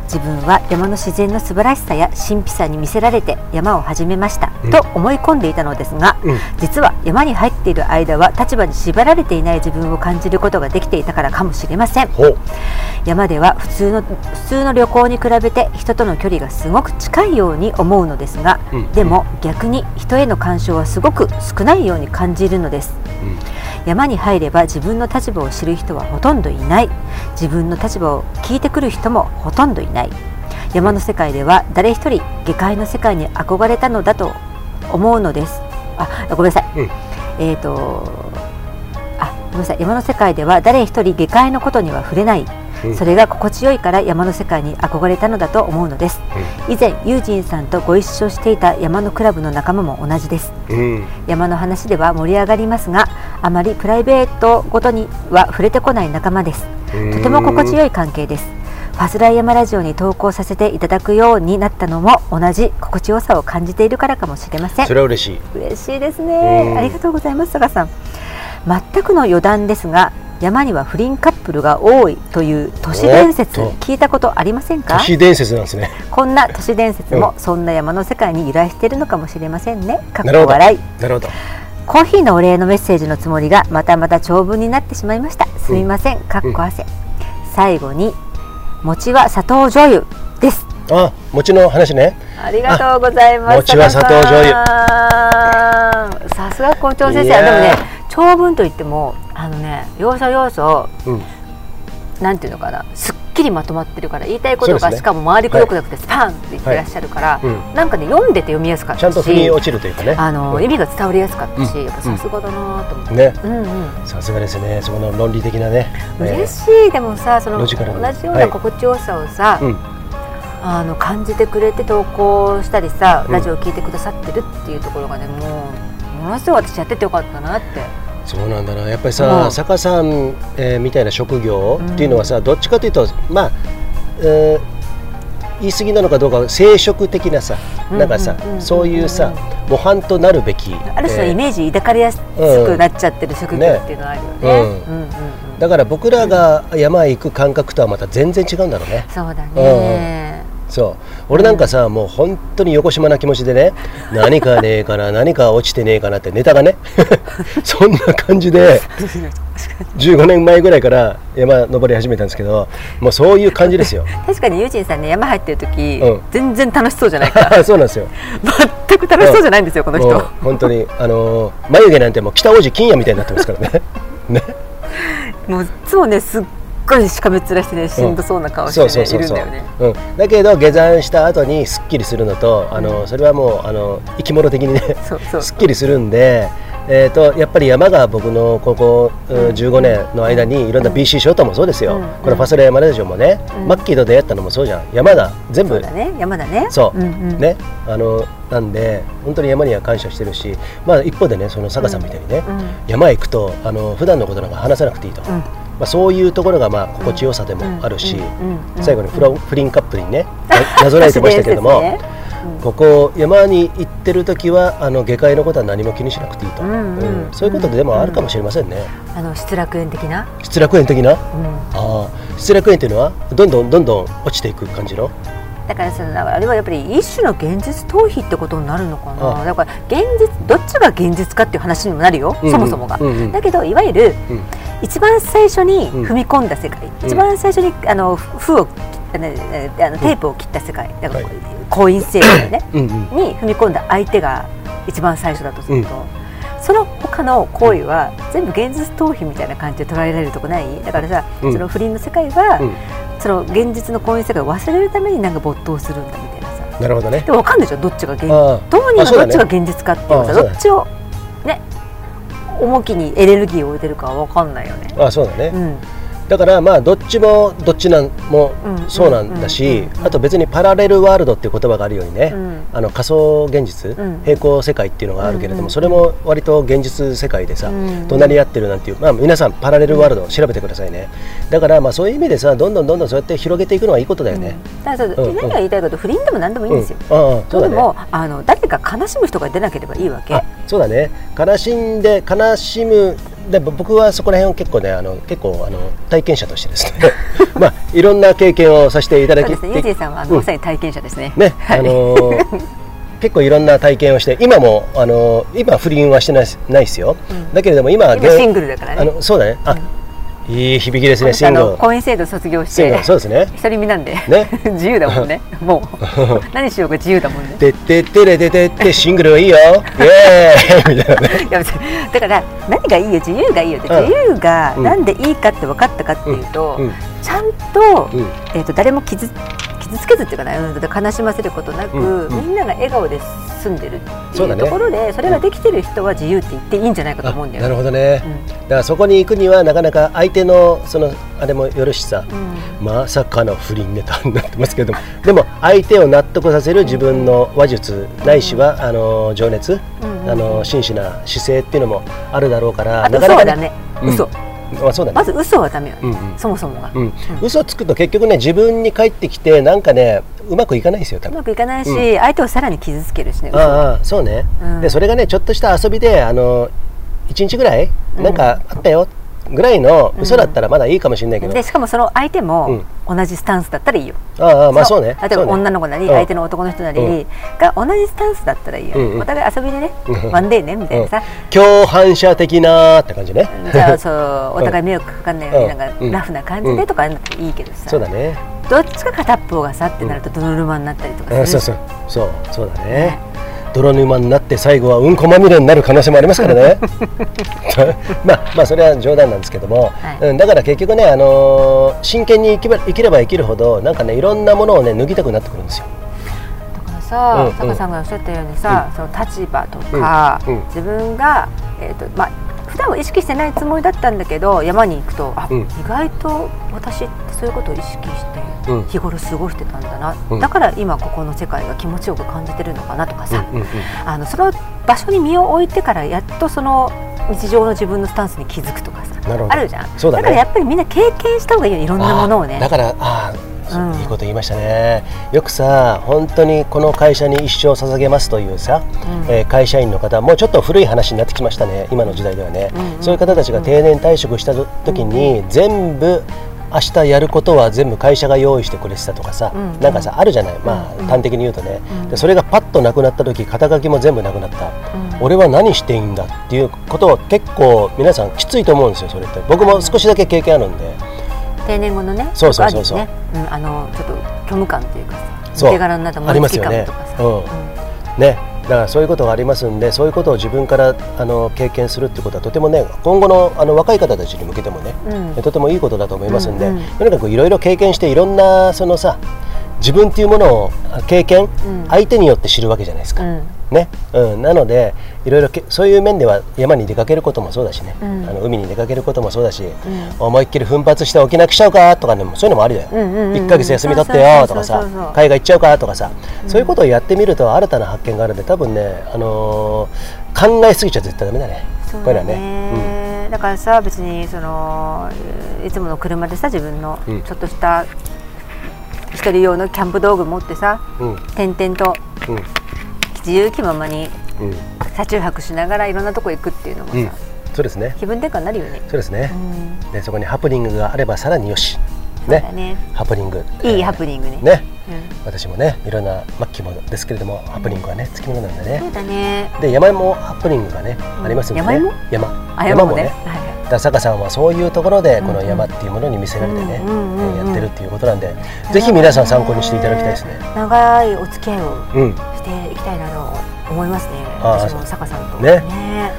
自分は山の自然の素晴らしさや神秘さに魅せられて山を始めました、と思い込んでいたのですが、
うん
実は山に入っている間は立場に縛られていない自分を感じることができていたからかもしれません
ほう
山では普通の普通の旅行に比べて人との距離がすごく近いように思うのですが、
うん
でも逆に人への干渉はすごく少ないように感じるのです、山に入れば自分の立場を知る人はほとんどいない自分の立場を聞いてくる人もほとんどいない山の世界では誰一人下界の世界に憧れたのだと思うのですあごめんなさい、
うん
えっ、とあごめんなさい山の世界では誰一人下界のことには触れない、それが心地よいから山の世界に憧れたのだと思うのです、以前ユージンさんとご一緒していた山のクラブの仲間も同じです
うん
山の話では盛り上がりますがあまりプライベートごとには触れてこない仲間ですとても心地よい関係ですファスライヤマラジオに投稿させていただくようになったのも同じ心地よさを感じているからかもしれません
それは嬉しい
嬉しいです
う
ね
ん
ありがとうございます佐賀さん全くの余談ですが山には不倫カップルが多いという都市伝説
おっと
聞いたことありません
都
か
市伝説なんですね
こんな都市伝説も
う
そんな山の世界に由来しているのかもしれませんねかっ
なる
こ
ほど
笑い
なるほど
コーヒーのお礼のメッセージのつもりがまたまた長文になってしまいましたすみません、かっこ汗、最後に餅は砂糖醤油です
あ餅の話ね
ありがとうございま
あ
す。
餅は砂糖醤油
油。さすが校長
い
先生。
や
でも
ー
ね、長文といってもあのね、要所要所
うん
なんていうのかな、すっきりまとまってるから言いたいこと
そう
が、
ですね
しかも周りくどくなくてスパンって言ってらっしゃるから、
いうん
なんかね読んでて読みやすかっ
ちゃ
た
ん
し、
と腑に落ちるというかね
あの、
うん
意味が伝わりやすかったし、
うん
やっぱさすがだなと思って。
ね
うんうん
さすがですねそこの論理的なね
嬉
え
しいでもさその
ロ
同
ジ
じ
カル
よう
な
な心地よさをさ、
ーうん
あの感じてくれて投稿したりさ、
うん
ラジオを聞いてくださってるっていうところがねもうものすごい私やっててよかったなって
そうなんだなやっぱり
う
さ
ん
坂さん、えーみたいな職業っていうのはさ、どっちかというとまあ、えー言い過ぎなのかどうか生殖的なさなんかさ
うんうんうんうん
そういうさ模範となるべき
ある種の
えー
イメージ抱かれやすくなっちゃってる職業っていうのはあるよね。
ね
うんうんうん
だから僕らが山へ行く感覚とはまた全然違うんだろうね
そうだね、
そう俺なんかさ、もう本当に横島な気持ちで ね何かねえかな何か落ちてねえかなってネタがね そんな感じで15年前ぐらいから山登り始めたんですけどもうそういう感じですよ
確かにユージンさんね山入ってる時、
うん
全然楽しそうじゃないか ら
そうなんですよ
全く楽しそうじゃないんですよ、この
もう
人
本当にあのー眉毛なんてもう北王子金也みたいになってますからねね
もういつもねすっごいしかめっ面してねしんどそうな顔して、ねいるんだよね
うん、だけど下山した後にすっきりするのとあのそれはもうあの生き物的にね
そうそう
すっきりするんで、えー、とやっぱり山が僕のここ、うん、15年の間にいろんな BC ショートもそうですよ、
うん
このパソレ山ラジオもね、
うん
マッキーと出会ったのもそうじゃん山が全
そ
部
うだね山だね
そう、
んうん
ねあのなんで本当に山には感謝してるし、まあ、一方でねその坂さんみたいにね、
うん
山へ行くとあの普段のことなんか話さなくていいと、
うん
まあ、そういうところがまあ心地よさでもあるし、
うんうんうん
最後にフラ不倫カップルに ねななぞらえてましたけども、
都市伝説ね
ここ山に行ってる時はあの下界のことは何も気にしなくていいと、
うんうん
うんそういうことででもあるかもしれませんね、
あの失楽園的な、
失楽園的な
うん、
あー失楽園っていうのはどんどんどんどん落ちていく感じの
だからそのあれはやっぱり一種の現実逃避ってことになるのかな
あ
だから現実どっちが現実かっていう話にもなるよ、
うんうん
そもそもが、
うんうん
だけどいわゆる、
うん
一番最初に
うん
踏み込んだ世界、
ん
一番最初にあの封を切あのえーあのテープを切った世界だから、
はい
婚姻制度ね
うんうん
に踏み込んだ相手が一番最初だとすると、
う
その他の行為は全部現実逃避みたいな感じで捉えられるとこないだからさ、
うん
その不倫の世界は、
うん
その現実の婚姻世界を忘れるためになんか没頭するんだみたいなさ
なるほどね
でも分かんないでしょどっちが現実
あー
どうに
あそう
ど
だ
っ
ね
ちが現実かっていうか
あ
さ、
そう
ど
だね
っちをね重きにエネルギーを置いてるかは分かんないよね。
あーそうだね、
うん
だからまあどっちもどっちなんも
うん
そうなんだ
う
し
んうん
あと別にパラレルワールドっていう言葉があるようにね、
うん
あの仮想現実、
うん
平行世界っていうのがあるけれども、
うんうん
それも割と現実世界でさ、
うん
隣り合ってるなんていう、まあ、皆さんパラレルワールドを調べてくださいねだからまあそういう意味でさどんどんどんどんそうやって広げていくのはいいことだよね。
だからさ
うんうん
何が言いたいかと不倫でも何でもいいんですよ。
うんああそうだ
で
ね
もあの誰か悲しむ人が出なければいいわけ。
あそうだね悲しんで 悲しむでぼ僕はそこら辺を結構ねあの結構あの体験者としてですねまあ、いろんな経験をさせていただ
そう
き
ですね、ユージさんはあの
うん
まさに体験者ですね。
ね、
はい
あのー結構いろんな体験をして今も、あのー今不倫はしてないですないですよ、だけれども今
今
現
シングルだからね
あのそうだねあ、いい響きですねシ
あ
ングル
の公演制度卒業し
シング
て
ルそうですね
一人身なんで、
ね
自由だも んね。もう何しようが自由だもんね。
てってってれててってシングルはい いよイエーイみたいなね
いや別にだから何がいいよ自由がいいよって、
うん
自由がなんでいいかって分かったかっていうと、
うんうん
ちゃんと,、
うん
えー、と誰も傷傷つけずっていうかなうん悲しませることなく、
うんうん
みんなが笑顔で済んでるって
そう
い
だ
う
ね
ところでそ,、れができてる人は自由って言っていいんじゃないかと
あ
思うんだよ
なる
ね。
ほどね、
うん
だからそこに行くにはなかなか相手のそのあれもよるしさ、まさかの不倫ネタになってますけどもでも相手を納得させる自分の話術ないしはあの情熱、
うんうん
あの真摯な姿勢っていうのもあるだろうから
あと
なかなか
嘘はダメ、
うん
嘘
まあそうだね
まず嘘はダメよね、
うんうん
そもそもが、
う、
うん
嘘つくと結局ね自分に返ってきてなんかねうまくいかないんですよ多分
まくいかないし、
うん
相手をさらに傷つけるしね嘘は
ああそうね、
うん
でそれがねちょっとした遊びであの1日ぐらい
うん
なんかあったよぐらいの嘘だったらまだいいかもしれないけど、
でしかもその相手も同じスタンスだったらいいよ、
ああまあそうね
例えば女の子なり、相手
の
の男の人なり
うん
が同じスタンスだったらいいよ、
うんうん
お互い遊びでね、
うん
ワンデーねみたいなさ、
共犯者的なーって感じね
じゃあそうお互い迷惑かかんないように、
うん
なんか
うん
ラフな感じでとかいいけどさ、
そうだね
どっちか片っぽがさってなると泥沼になったりとかす
う
る
ん
し
そうそうそうそうだね泥沼になって最後はうんこまみれになる可能性もありますから ねまあまあそれは冗談なんですけども、
はい
うん、だから結局ね、あのー真剣に生きば生きれば生きるほどなんかねいろんなものをね脱ぎたくなってくるんですよ
だからさ
うん
タカ、さんがおっしゃったようにさ、その立場とか、
うんうん
自分が、えーとまあ、普段は意識してないつもりだったんだけど山に行くとあ、
うん
意外と私ってそういうことを意識して
うん
日頃過ごしてたんだな、
うん
だから今ここの世界が気持ちよく感じてるのかなとかさ、
うんうんうん
あのその場所に身を置いてからやっとその日常の自分のスタンスに気づくとかさ
なるほど
あるじゃん
そうだね
からやっぱりみんな経験した方がいいよいろんなものを
あ
ね
ーだからあー
うん
いいこと言いましたね、よくさ本当にこの会社に一生捧げますというさ、
うん
えー会社員の方もうちょっと古い話になってきましたね今の時代ではね、
うんうん
そういう方たちが定年退職した時に、全部明日やることは全部会社が用意してくれてたとかさ、
うんうん
なんかさあるじゃないまあ、
うんうん
端的に言うとね、
うん
でそれがパッとなくなった時肩書きも全部なくなった、
うん
俺は何していいんだっていうことを結構皆さんきついと思うんですよそれって僕も少しだけ経験あるんで、
定年後のね、
そうそうそうそう
あるよねうん、あのちょっと虚無感というか
そ
さ、
う
お手柄になった
あります
き
よ
感
ね
とかさ、
うんね、だからそういうことがありますんで、そういうことを自分からあの経験するってことはとてもね、今後のあの若い方たちに向けてもね、
うん
とてもいいことだと思いますんで、
うんうん
とにかくいろいろ経験していろんなそのさ、自分っていうものをあ経験、
うん
相手によって知るわけじゃないですか。
うん
ね、うん、なのでいろいろけそういう面では山に出かけることもそうだしね、
うん
あの海に出かけることもそうだし、
ん
思いっきり奮発して沖縄来ちゃうかとかねそういうのもありだよ、
うんうんうん
1ヶ月休み取ってよとか
そうそうそうそ
さ
う
海外行っちゃうかとかさ、そういうことをやってみると新たな発見があるんで多分ね、あのー考えすぎちゃ絶対ダメだね
そう
これ
だ
はね、
ね、だからさ別にそのえーいつもの車でさ自分の
うん
ちょっとした一人用のキャンプ道具持ってさ、
うんうん
点々と自由気ままに
うんうん
車中泊しながらいろんなとこ行くっていうのもさ、
うんそうですね
気分転換になるよね。
そうですね
う、ん、
でそこにハプニングがあればさらによし
そうだ
ね
ね。
ハプニング
いいハプニングね。
ね
うん
私もねいろんな末期もですけれどもハプニングはねつきものなんで
そ
ね
うだね。
で山もハプニングがね、
うん
ありますんでね
山芋
山
あ
山
も
も
ね。
ね
はいはい
だ坂さんはそういうところでこの山っていうものに見せられてね、
うんうんうんうん
えーやってるっていうことなんで、ぜひ皆さん参考にしていただきたいですね。
長いお付き合いを
うん、
していきたいなと思いますね。
あー
私も坂さんと
ね
ね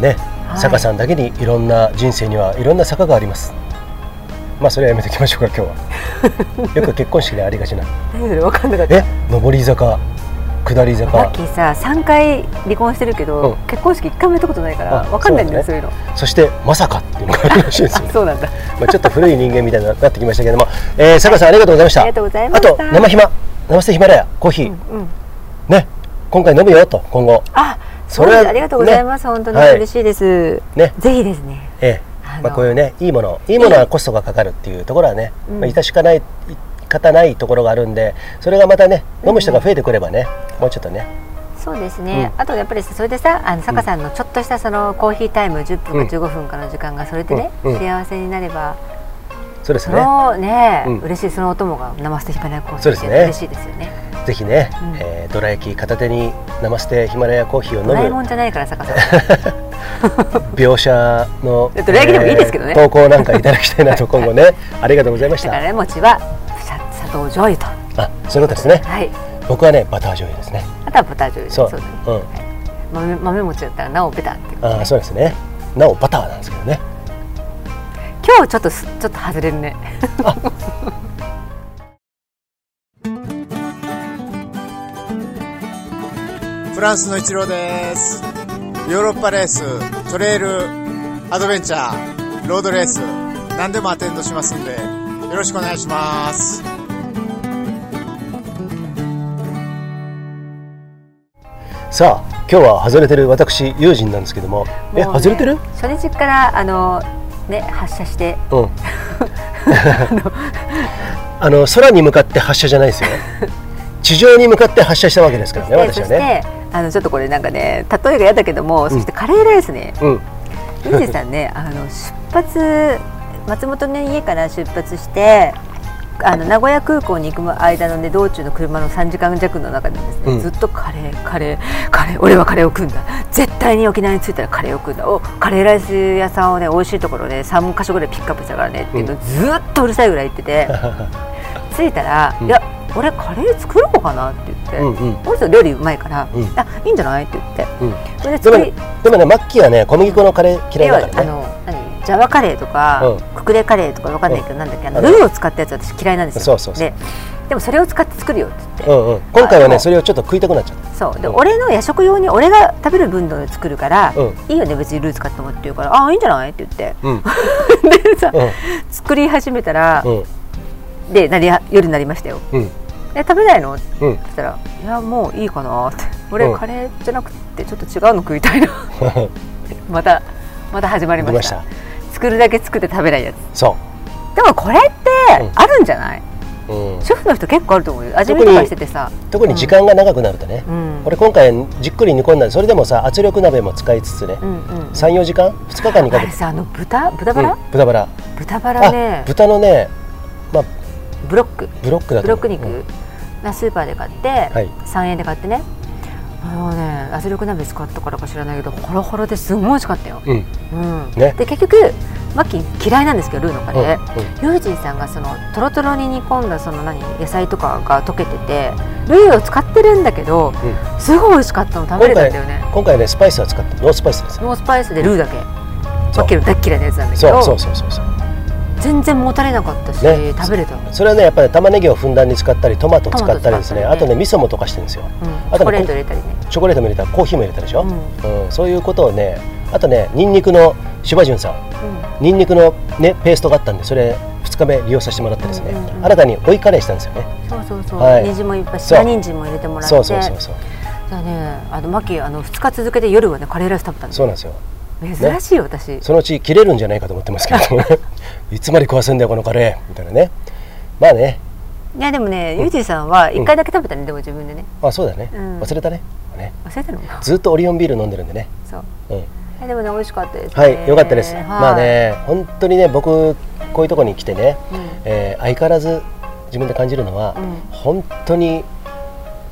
ね、
い
坂さんだけにいろんな人生にはいろんな坂があります。まあそれはやめておきましょうか今 日は。よく結婚式でありがちな、
何それ分かんなかっ
え、上り坂、下り
た。ラ
坂
ッキ、ーさ三回離婚してるけど、
うん
結婚式一回もやったことないから
あ
分かんないんだよそ,、
そううそしてまさかっていうのがあるらしいですよ
いうの。あ
ね。
そうなんだ。
まあちょっと古い人間みたいになってきましたけれども、えー、坂さんありがとうございました。
ありがとうございました
あと生ひま、生ステヒマラヤコーヒー、
うん。
ね、今回飲むよと今後。
あ
そ
そう
れは
です。ありがとうございます。本当に
はい
嬉しいです。
ね
ぜひですね。
え
あ
え
の
まあ、こういうねいいものいいものはコストがかかるっていうところはね、
うん
まあ、致しかない方ないところがあるんでそれがまたね飲む人が増えてくればね、もうちょっとね
そうですね、あとやっぱりさそれでさあの坂さんのちょっとしたそのコーヒータイム10分
うん
か15分かの時間がそれでね、
うんうん
幸せになれば
そうです
そ
ね
のね、
うん
嬉しいそのお供が生捨てひかないコーヒ
そうで
ーっ
す
て
ね
嬉しいですよね
ぜひね、
うん
えードラ焼き片手に生捨てヒマラヤコーヒーを
ドラえ
飲
も
む
んじゃないから坂さん
描写の
ドラ焼きでもいいですけどね
投稿なんかいただきたいなと今後 ねありがとうございまし
だから
た
ね餅はさ砂糖醤油と
あそういうことですね
はい
僕はねバター醤油ですね
あとは豚醤油
そう
だね
うん
豆豆餅だったらなおベタっていう
あーそうですねなおバターなんですけどね
今日ちょっとすちょっと外れるね
フランスの一郎です。ヨーロッパレース、トレイル、アドベンチャー、ロードレース、何でもアテンドしますんで、よろしくお願いします。
さあ今日は外れてる私友人なんですけどもえ
もうね
外れてる
初日からあのね発射して
うん あの空に向かって発射じゃないですよ地上に向かって発射したわけですからね
そ
私
し
は
て、
ね
あのちょっとこれなんかね例えが嫌だけども、そしてカレーライスね
うん
ミジさんねあの出発松本の家から出発してあの名古屋空港に行く間の、ね、道中の車の3時間弱の中でです、ね
うん
ずっとカレー、カレー、カレー俺はカレーを食うんだ絶対に沖縄に着いたらカレーを食うんだおカレーライス屋さんを、ね、美味しいところね、3箇所ぐらいピックアップしたからねっていうと、
うん
ずっとうるさいぐらい言っ てて着いたら、
うん
いや俺カレー作ろうかなって言って、
うんうん
俺と料理うまいから、
うん
あいいんじゃないって言っ
う
て
ん
それで
でも
作
ね
り
でもねマッキーはね小麦粉のカレー嫌い
要は
だか
あ
らね
の何ジャワカレーとか、
うん
ククレカレーとかわかんないけど、なんだっけあの
あの
ルーを使ったやつ私嫌いなんですよ
そうそうそう
ででもそれを使って作るよって言って、
うんうん今回は
あで
ね
も
それをちょっと食いたくなっちゃった
そうで、
うん
俺の夜食用に俺が食べる分の作るから、
う
いいよね別にルー使ってもって言うからああいいんじゃないって言って
うん
でさ、
う
作り始めたら、
ん
でなり夜になりましたよ
うん
え食べないのって
うんうん
言ったらいやもういいかなって俺、
うん
カレーじゃなくてちょっと違うの食いたいなまたま た始まりました
出ま
作るだけ作って食べないやつ
そ
でもこれってあるんじゃない、
う、うん、
主婦の人結構あると思うよ味見とかしててさ
特に時間が長くなるとね、
うん
俺今回じっくり煮込んだそれでもさ圧力鍋も使いつつね、
うんうん
34時間2日間にか
あ
け
れ
て
さあの豚豚バラ、
うん豚バラ
豚バラね
あ豚のね、まあ、
ブロック
ブロックだ
ブ
と
ロ
思
ッ
う
ク肉
うん
がスーパーで買って、
い
3円で買ってねあのね圧力鍋使ったからか知らないけどホロホロですんごい美味しかったよ、
うん
うん
ね
で結局マッキー嫌いなんですけどルーのカレー、
うんうん
ユージンさんがそのとろとろに煮込んだその何野菜とかが溶けててルーを使ってるんだけど
うん
すごい美味しかったの食べれたんだよね
今回ねスパイスは使ってノースパイスですよ
ノースパイスでルーだけ
そ
さ
う
っきの大っ嫌いなやつなんだけ
そ
ど
うそうそうそうそう
全然もたれなかったし、
ね
食べれたの、うん、
それはねやっぱり玉ねぎをふんだんに使ったりトマトを使ったりですね
トマ
あ
ト使
と
ったり
ね
ね
味噌も溶かしてるんですよあ
チョ
と
コ
ね
レート入れたりね
チョコレートも入れたらコーヒーも入れたでしょ、うんそういうことをねあとねニンニクの芝潤さんニンニクの、ね、ペーストがあったんでそれ2日目利用させてもらってですね、
うんうんうん
新たに追いカレーしたんですよね、
そうそうそう、
はい
人参もいっぱい
そう
白人参も入れてもらって
そうそうそうそう
だねあのマキあの2日続けて夜はねカレーライス食べたん
そうなんですよ
珍しいよ私
そのうち切れるんじゃないかと思って ますけどもねいつまで食わせんだよこのカレーみたいなねまあね
いやでもねユージさんは1回だけ食べたね、でも自分でね
あそうだね、
うん
忘れたねね
忘れたのかな
ずっとオリオンビール飲んでるんでね、
そう
うん、
いやでもね美味しかったです、ね、
はい良かったです、
はい
まあね本当にね僕こういうとこに来てね、
うん
えー相変わらず自分で感じるのは、
うん
本当に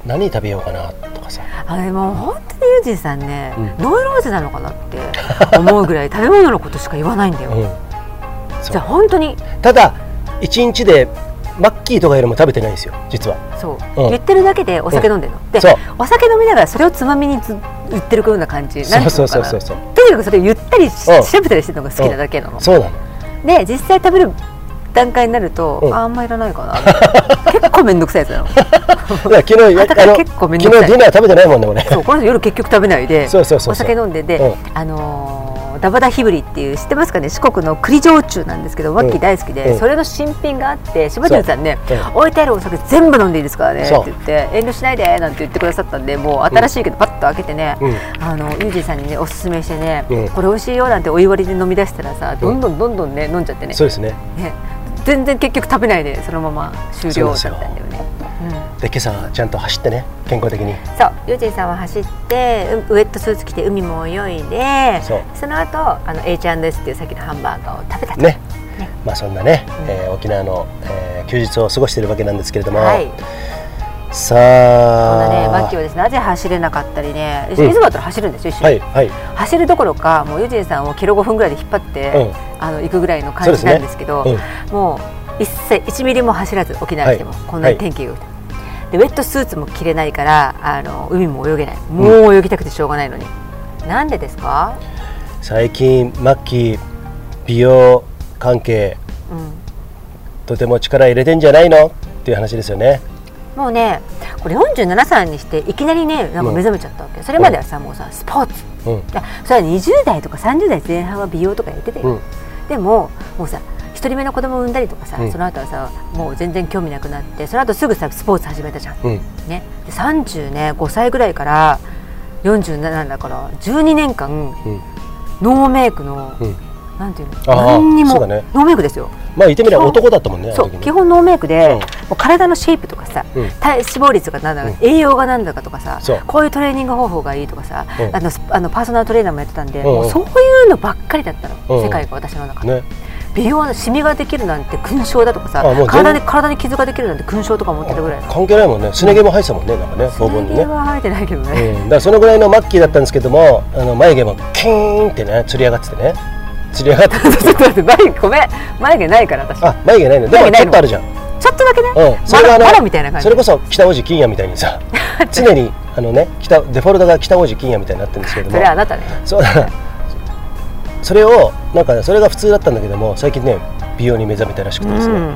何食べようかなとかさ
あれもう本当にユージさんね、
うん
ノイローゼなのかなって思うぐらい食べ物のことしか言わないんだよ、
うんそう
じゃあ本当に
ただ一日でマッキーとかよりも食べてないんですよ実は
そう、
うん
言ってるだけでお酒飲んでるの、で
そう
お酒飲みながらそれをつまみにず言ってるような感じなんてい
そう
のか
そう
な
そうそう
とにかくそれをゆったりし
うん
調べたりしてるのが好きなだけなの、
そうなの
で実際食べる段階になると、
うん
ああんまいらないかな結構面倒くさいや つなの
だから昨日
後から結構
昨
面
日
倒くさい
ディナー食べてないもんね俺
そうこの人夜結局食べないで
そうそうそうそう
お酒飲んでで、
うん
あのーダバダヒブリっていう知ってますかね四国の栗焼酎なんですけどワッキー大好きで、
うん
それの新品があって柴田さんね、
そううん
置いてあるお酒全部飲んでいいですからね
そう
って言って遠慮しないでなんて言ってくださったんでもう新しいけどパッと開けてね、
う
あのユージさんにねおすすめしてね、
うん
これ美味しいよなんてお言われで飲み出したらさどんどんどんどんね飲んじゃってね
そうですね
ね全然結局食べないでそのまま終了だったんだよね。うん
で今朝ちゃんと走ってね健康的に
そうユージンさんは走ってうウエットスーツ着て海も泳いで
そう
の後あの H&S っていうさっきのハンバーガーを食べたと
ねまあ、そんなね、えー沖縄の、えー休日を過ごしているわけなんですけれども、
はい。
さ
そんなね、マ
あ
ッキーはですね、なぜ走れなかったりね、いつ
うん
もだったら走るんですよ、一緒
は
に
いはい
走るどころか、もうユジンさんをケロ5分ぐらいで引っ張って、
う
あの行くぐらいの感じなんですけど、
そうで
もう一切1ミリも走らず沖縄来ても、
はい
こんなに天気が良くて、でウェットスーツも着れないからあの海も泳げないもう泳ぎたくてしょうがないのに、なんでですか、
最近マッキー美容関係
うん、
とても力入れてんじゃないのっていう話ですよね
もうねこれ47歳にしていきなりねなんか目覚めちゃったわけ、それまではさもうさスポーツ
うん
いやそれは20代とか30代前半は美容とかやってたよ、
うん
でももうさ一人目の子供を産んだりとかさ、
うん
その後はさもう全然興味なくなってその後すぐさスポーツ始めたじゃん、
うん
ね、で35歳ぐらいから47だから12年間、
ん
ノーメイクの、
うん
なんていうの
あー
何にも
そうだね
ノーメイクですよ
まあ言ってみれば男だったもんねあ
そ
の
う
時ね
基本ノーメイクで、
うん
もう体のシェイプとかさ、
うん
体脂肪率がなんだか、栄養がなんだかとかさ
そう
こういうトレーニング方法がいいとかさ、
うん
あのスあのパーソナルトレーナーもやってたんで、
んうん
もうそういうのばっかりだったの、
うんうん
世界が私の中で、
ね
美容のシミができるなんて勲章だとかさ
あもう全
体に体に傷ができるなんて勲章とか持ってたぐらいの
関係ないもんねすね毛も生えてたもんねなんかね
そ
ボ
れ
ンにね
は生えてないけどね、
うん、だからそのぐらいのマッキーだったんですけどもあの眉毛もキーンってねつり上がっててねつり上がって
ちょっと待って眉毛ごめん眉毛ないから私
あ眉毛ないので
眉毛
もちょ
ないの
っとあるじゃん、う
ちょっとだけね、
ん、
まだ
あの
まだみたいな感じ
それこそ北王子金也みたいに さ常にあのね北デフォルトが北王子金也みたいになってるんですけど
そ
も
れはあなたね
そうだなそれをなんかそれが普通だったんだけども最近ね美容に目覚めたらしくてですね、
うん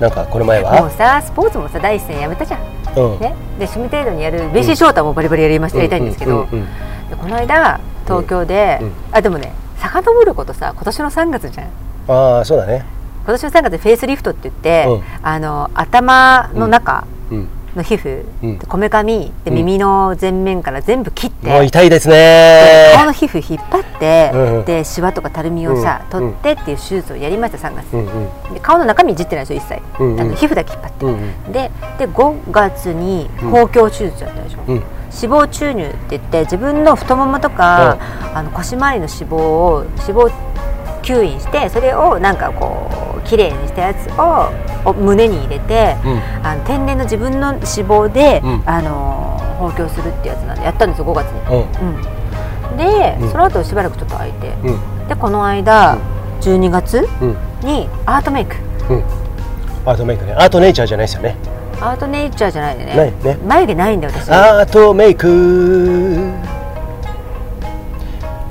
なんかこの前
もう
は
さスポーツもさ第一線やめたじゃん
うん
ね、で趣味程度にやる BC ショータもバリバリやりました、やりたいんですけ
う
ど、
んうんうん
でこの間東京で、
うんうん
あでもね遡ることさ今年の3月じゃん
ああそうだね
今年の3月フェイスリフトって言って、
う
あの頭の中
うん
の皮膚
うん
こめかみで
うん
耳の前面から全部切って、
もう痛いです
で顔
ね
の皮膚引っ張って、
うんうん
でシワとかたるみをさ、
うん
取ってっていう手術をやりました3月、
うんうん
で顔の中身いじってないでしょ一切、
うんうん
あの皮膚だけ引っ張って、
うんうん
でで5月に包強手術やったでしょ、
うん
脂肪注入って言って自分の太ももとか、あの腰回りの脂肪を脂肪吸引してそれをなんかこう綺麗にしたやつをお胸に入れて、
うん
あの天然の自分の脂肪で、
うん
あのー包強するってやつなんでやったんですよ5月に。
うん
うんで、
うん
その後しばらくちょっと空いて、
うん
でこの間、12月
うん
にアートメイク
アートメイクねアートネイチャーじゃないですよね
アートネイチャーじゃないでね
ないね
眉毛ないんだよ私
アートメイク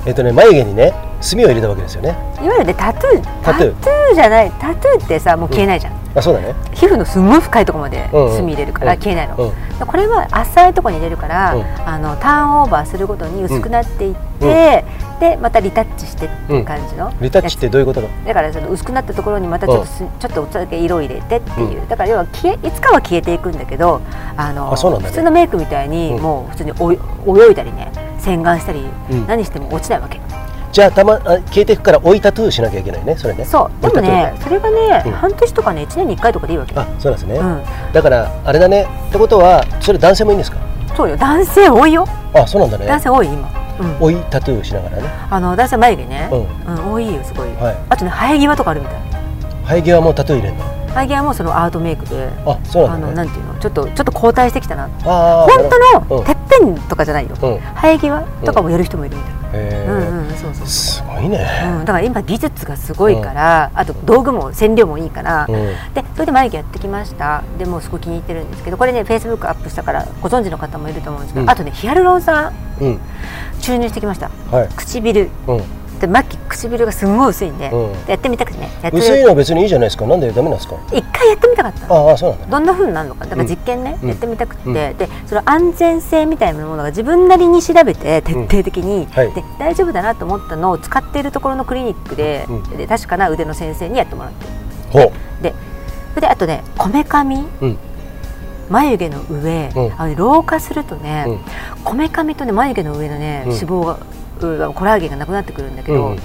えっとね眉毛にね墨を入れたわけですよね
いわゆるねタトゥー
タトゥー
じゃないタトゥーってさもう消えないじゃん、
あそうだね
皮膚のすごい深いところまで
うんうん
墨入れるから、
うん
消えないの、
うん
でこれは浅いところに入れるから、
うん
あのターンオーバーするごとに薄くなっていって、でまたリタッチしてっていう感じの、
リタッチってどういうことだ
だからその薄くなったところにまたちょっとす、ちょっとおだけ色を入れてっていう、だから要は消えいつかは消えていくんだけどあの
あそうなんだね
普通のメイクみたいに、
うん
もう普通にお泳いだりね洗顔したり、
うん
何しても落ちないわけ、
じゃあたまあ消えていくから追いタトゥーしなきゃいけないねそれね
そうでもねそれがね、
うん
半年とかね1年に1回とかでいいわけ、
あそうなんですね、
うん、
だからあれだねってことはそれ男性もいいんですか
そうよ男性多いよ
あそうなんだ
男
ね
性多い今、うん、
追いタトゥーしながらね
あの男性眉毛ね、
う
うんん多いよすごい、
はい
あとね生え際とかあるみたい
生え際もタトゥー入れるの
生え際もそのアートメイクで
あそうな
あ
んだ、
の
ね、
なんていうのちょっとちょっと後退してきたな
あー
本当
う
の
ん
てっぺんとかじゃない
う
よ、
ん
生え際とかもやる人もいるみたいな、
へ
うん、
ー
うんそうそうそ
すごいね、
う、うん、だから今技術がすごいから、あと道具も染料もいいから、
うん
でそれで眉毛やってきましたでもうすごい気に入ってるんですけどこれねフェイスブックアップしたからご存知の方もいると思うんですけど、
うん
あとねヒアルロン酸
うん
注入してきました
はい
唇
うん
でマッキー唇がすごい薄いんで,で、
うん
やってみたくてねやって
薄いのは別にいいじゃないですかなんでダメなんですか
一回やってみたかったの
ああそうなんだね
どんな風になるのかだから実験ね、
うん
やってみたくて、
うん
でその安全性みたいなものが自分なりに調べて徹底的に、
はい
で大丈夫だなと思ったのを使っているところのクリニックで,、
うん
で確かな腕の先生にやってもらって
ほう
でそれであとねこめかみ、
うん
眉毛の上、
うん
あの老化するとね
うん
こめかみとね眉毛の上のね、
うん
脂肪がうコラーゲンがなくなってくるんだけど、
うん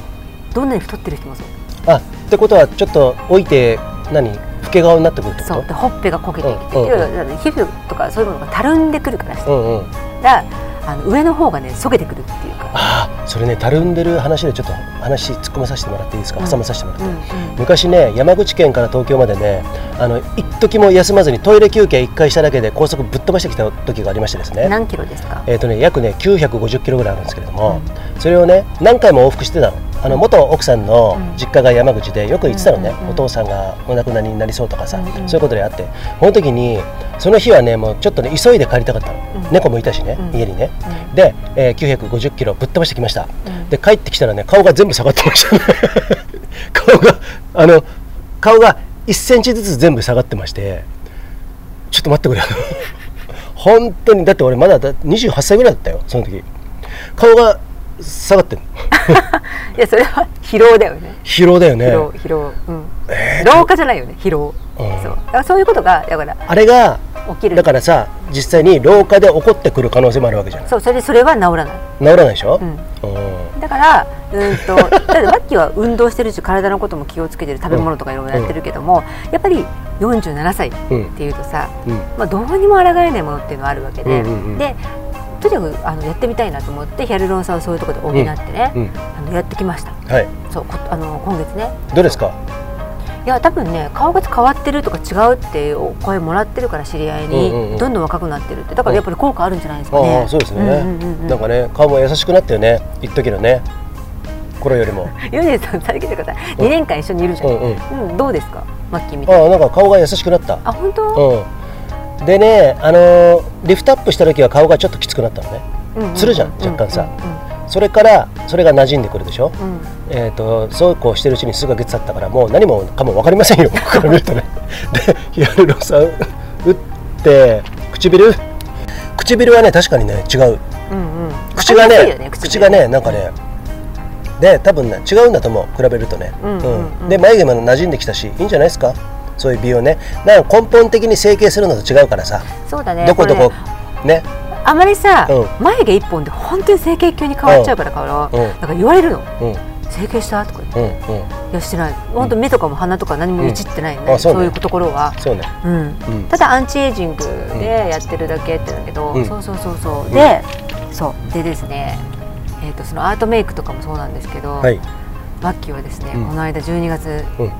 どんなに太ってる人もそう
あってことはちょっと置いて何老け顔になってくるってこ
そ
と
うでほっぺがこけてきて、
うんうん
要は皮膚とかそういうものがたるんでくるから
うんうん
だあの上の方がねそげてくるっていうか
あそれねたるんでる話でちょっと話突っ込まさせてもらっていいですか、
うん
挟まさせてもらって、
うんうん
昔ね山口県から東京までねあの一時も休まずにトイレ休憩1回しただけで高速ぶっ飛ばしてきた時がありましてですね
何キロですか
えーとね、約ね950キロぐらいあるんですけれども、それをね何回も往復してたのあの元奥さんの実家が山口でよく行ってたのね、
うんうんうん
お父さんがお亡くなりになりそうとかさ、
うんうん
そういうことであってこの時にその日はねもうちょっとね急いで帰りたかったの、
うん
猫もいたしね、
うん
家にね、
うん
で、えー950キロぶっ飛ばしてきました、
うん
で帰ってきたらね顔が全部下がってましたね 顔があの顔が1センチずつ全部下がってましてちょっと待ってくれ 本当にだって俺まだだ28歳ぐらいだったよその時顔が下がってる
いやそれは 疲労だよね
疲労だよね
疲労疲労うん老化じゃないよね疲労
うん
そうだからそういうことがだから
あれが
起きる
だからさ実際に老化で起こってくる可能性もあるわけじゃない
そうそれでそれは治らない
治らないでしょ、
うん
うん
だからうーん とだってマッキーは運動してるし体のことも気をつけてる食べ物とかいろいろやってるけども、やっぱり47歳っていうとさ、
うん
まあ、どうにも抗えないものっていうのはあるわけで、
うんうんうん
でとにかくあのやってみたいなと思ってヒアルロン酸をそういうところで補ってね、
うんうん
あのやってきました
はい
そうこあの今月ね
どうですか
いや多分ね顔が変わってるとか違うっていうお声もらってるから知り合いに、
うんうんうん
どんどん若くなってるってだからやっぱり効果あるんじゃないですかね
ああそうですね、
んうんうんう
なん
ん
かね顔も優しくなったよね一時のね頃よりも
ヨネさんされてください2年間一緒にいるじゃん、
う
うんん
うん
どうですかマッキーみたい
ああなんか顔が優しくなった
なあ本当、
うんでねあのーリフトアップした時は顔がちょっときつくなったのね
ううう
するじゃん若干さ
う
それからそれが馴染んでくるでしょ、
んうんうん
えー、とそうこうしてるうちに数ヶ月経ったからもう何もかも分かりませんよ 僕から見るとねでヒアルロン酸打って唇唇はね確かにね違う
うんうん
口が
わかりやすい
ね
よ
口がねなんかねで多分ね違うんだと思う比べるとね、
うんうんうん
で眉毛も馴染んできたしいいんじゃないですかそういう美容ねなんか根本的に整形するのと違うからさ、
そうだね
どこどこ
れね
ね
あまりさ、
う
眉毛一本で本当に整形急に変わっちゃうからから、
うん
だから言われるの
うんうん
整形したとか言って
うん
いやしてない本当目とかも鼻とか何もいじってないよね、
うんあそう
そう
ね
いうところは
そうね
うん
うん
ただアンチエイジングでやってるだけって言うんだけど、
うん
そうそうそうそうで、そうでですねえー、とそのアートメイクとかもそうなんですけど、
はい
マッキーはですね、
うん
この間12月
うん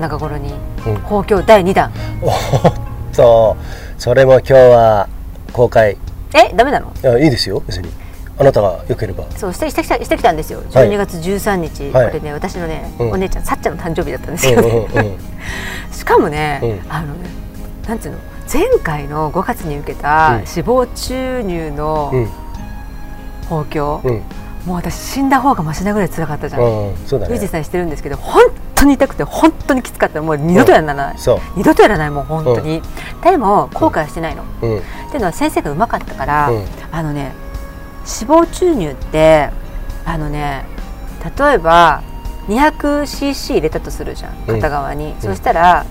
中頃に
うん
公共第2弾、
おっとそれも今日は公開い
えダメなの
やいいですよ別にあなたが良ければ
そうしてしてきたしてきたんですよ
はい
12月13日、
はい
これね私のね、
うん
お姉ちゃんさっちゃんの誕生日だったんです
うん
け
う
ど、
ん うん
しかもね、
うん
あのねなんていうの前回の5月に受けた
うん
死亡注入の
うん
包協、
うん
もう私死んだ方がマシなぐらい辛かったじゃん、
うんうんそうだ
ユージ
ね
さんしてるんですけど本当に痛くて本当にきつかったもう二度とやらない、
そ
二度とやらないもう本当に、でも後悔はしてないの、
ううん
っていうのは先生がうまかったから、
うん
あのね脂肪注入ってあのね例えば 200cc 入れたとするじゃん
うん
片側に、そしたら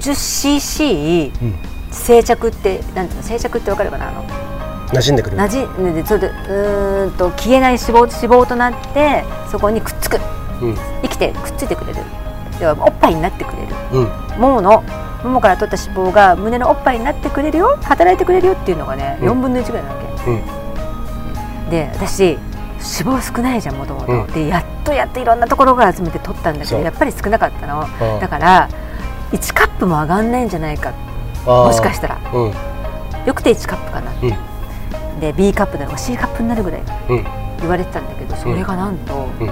50cc
うん
静着ってなんていうの静着ってわかるかなあの
馴染んでくる
なじんでそれでうーんと消えない脂肪脂肪となってそこにくっつく
うん
生きてくっついてくれる要はおっぱいになってくれる
うん
もものももから取った脂肪が胸のおっぱいになってくれるよ働いてくれるよっていうのがね、
うん
4分の1ぐらいなわけ、
うん
で私脂肪少ないじゃんもとも
うん
とでやっとやっといろんなところから集めて取ったんだけ
そ
ど
う
やっぱり少なかったの
ああ
だから1カップも上がんないんじゃないか
あー
もしかしたら
うん
よくて1カップかなって、で B カップなのが C カップになるぐらい
うん
言われてたんだけどそれがなんと、
うん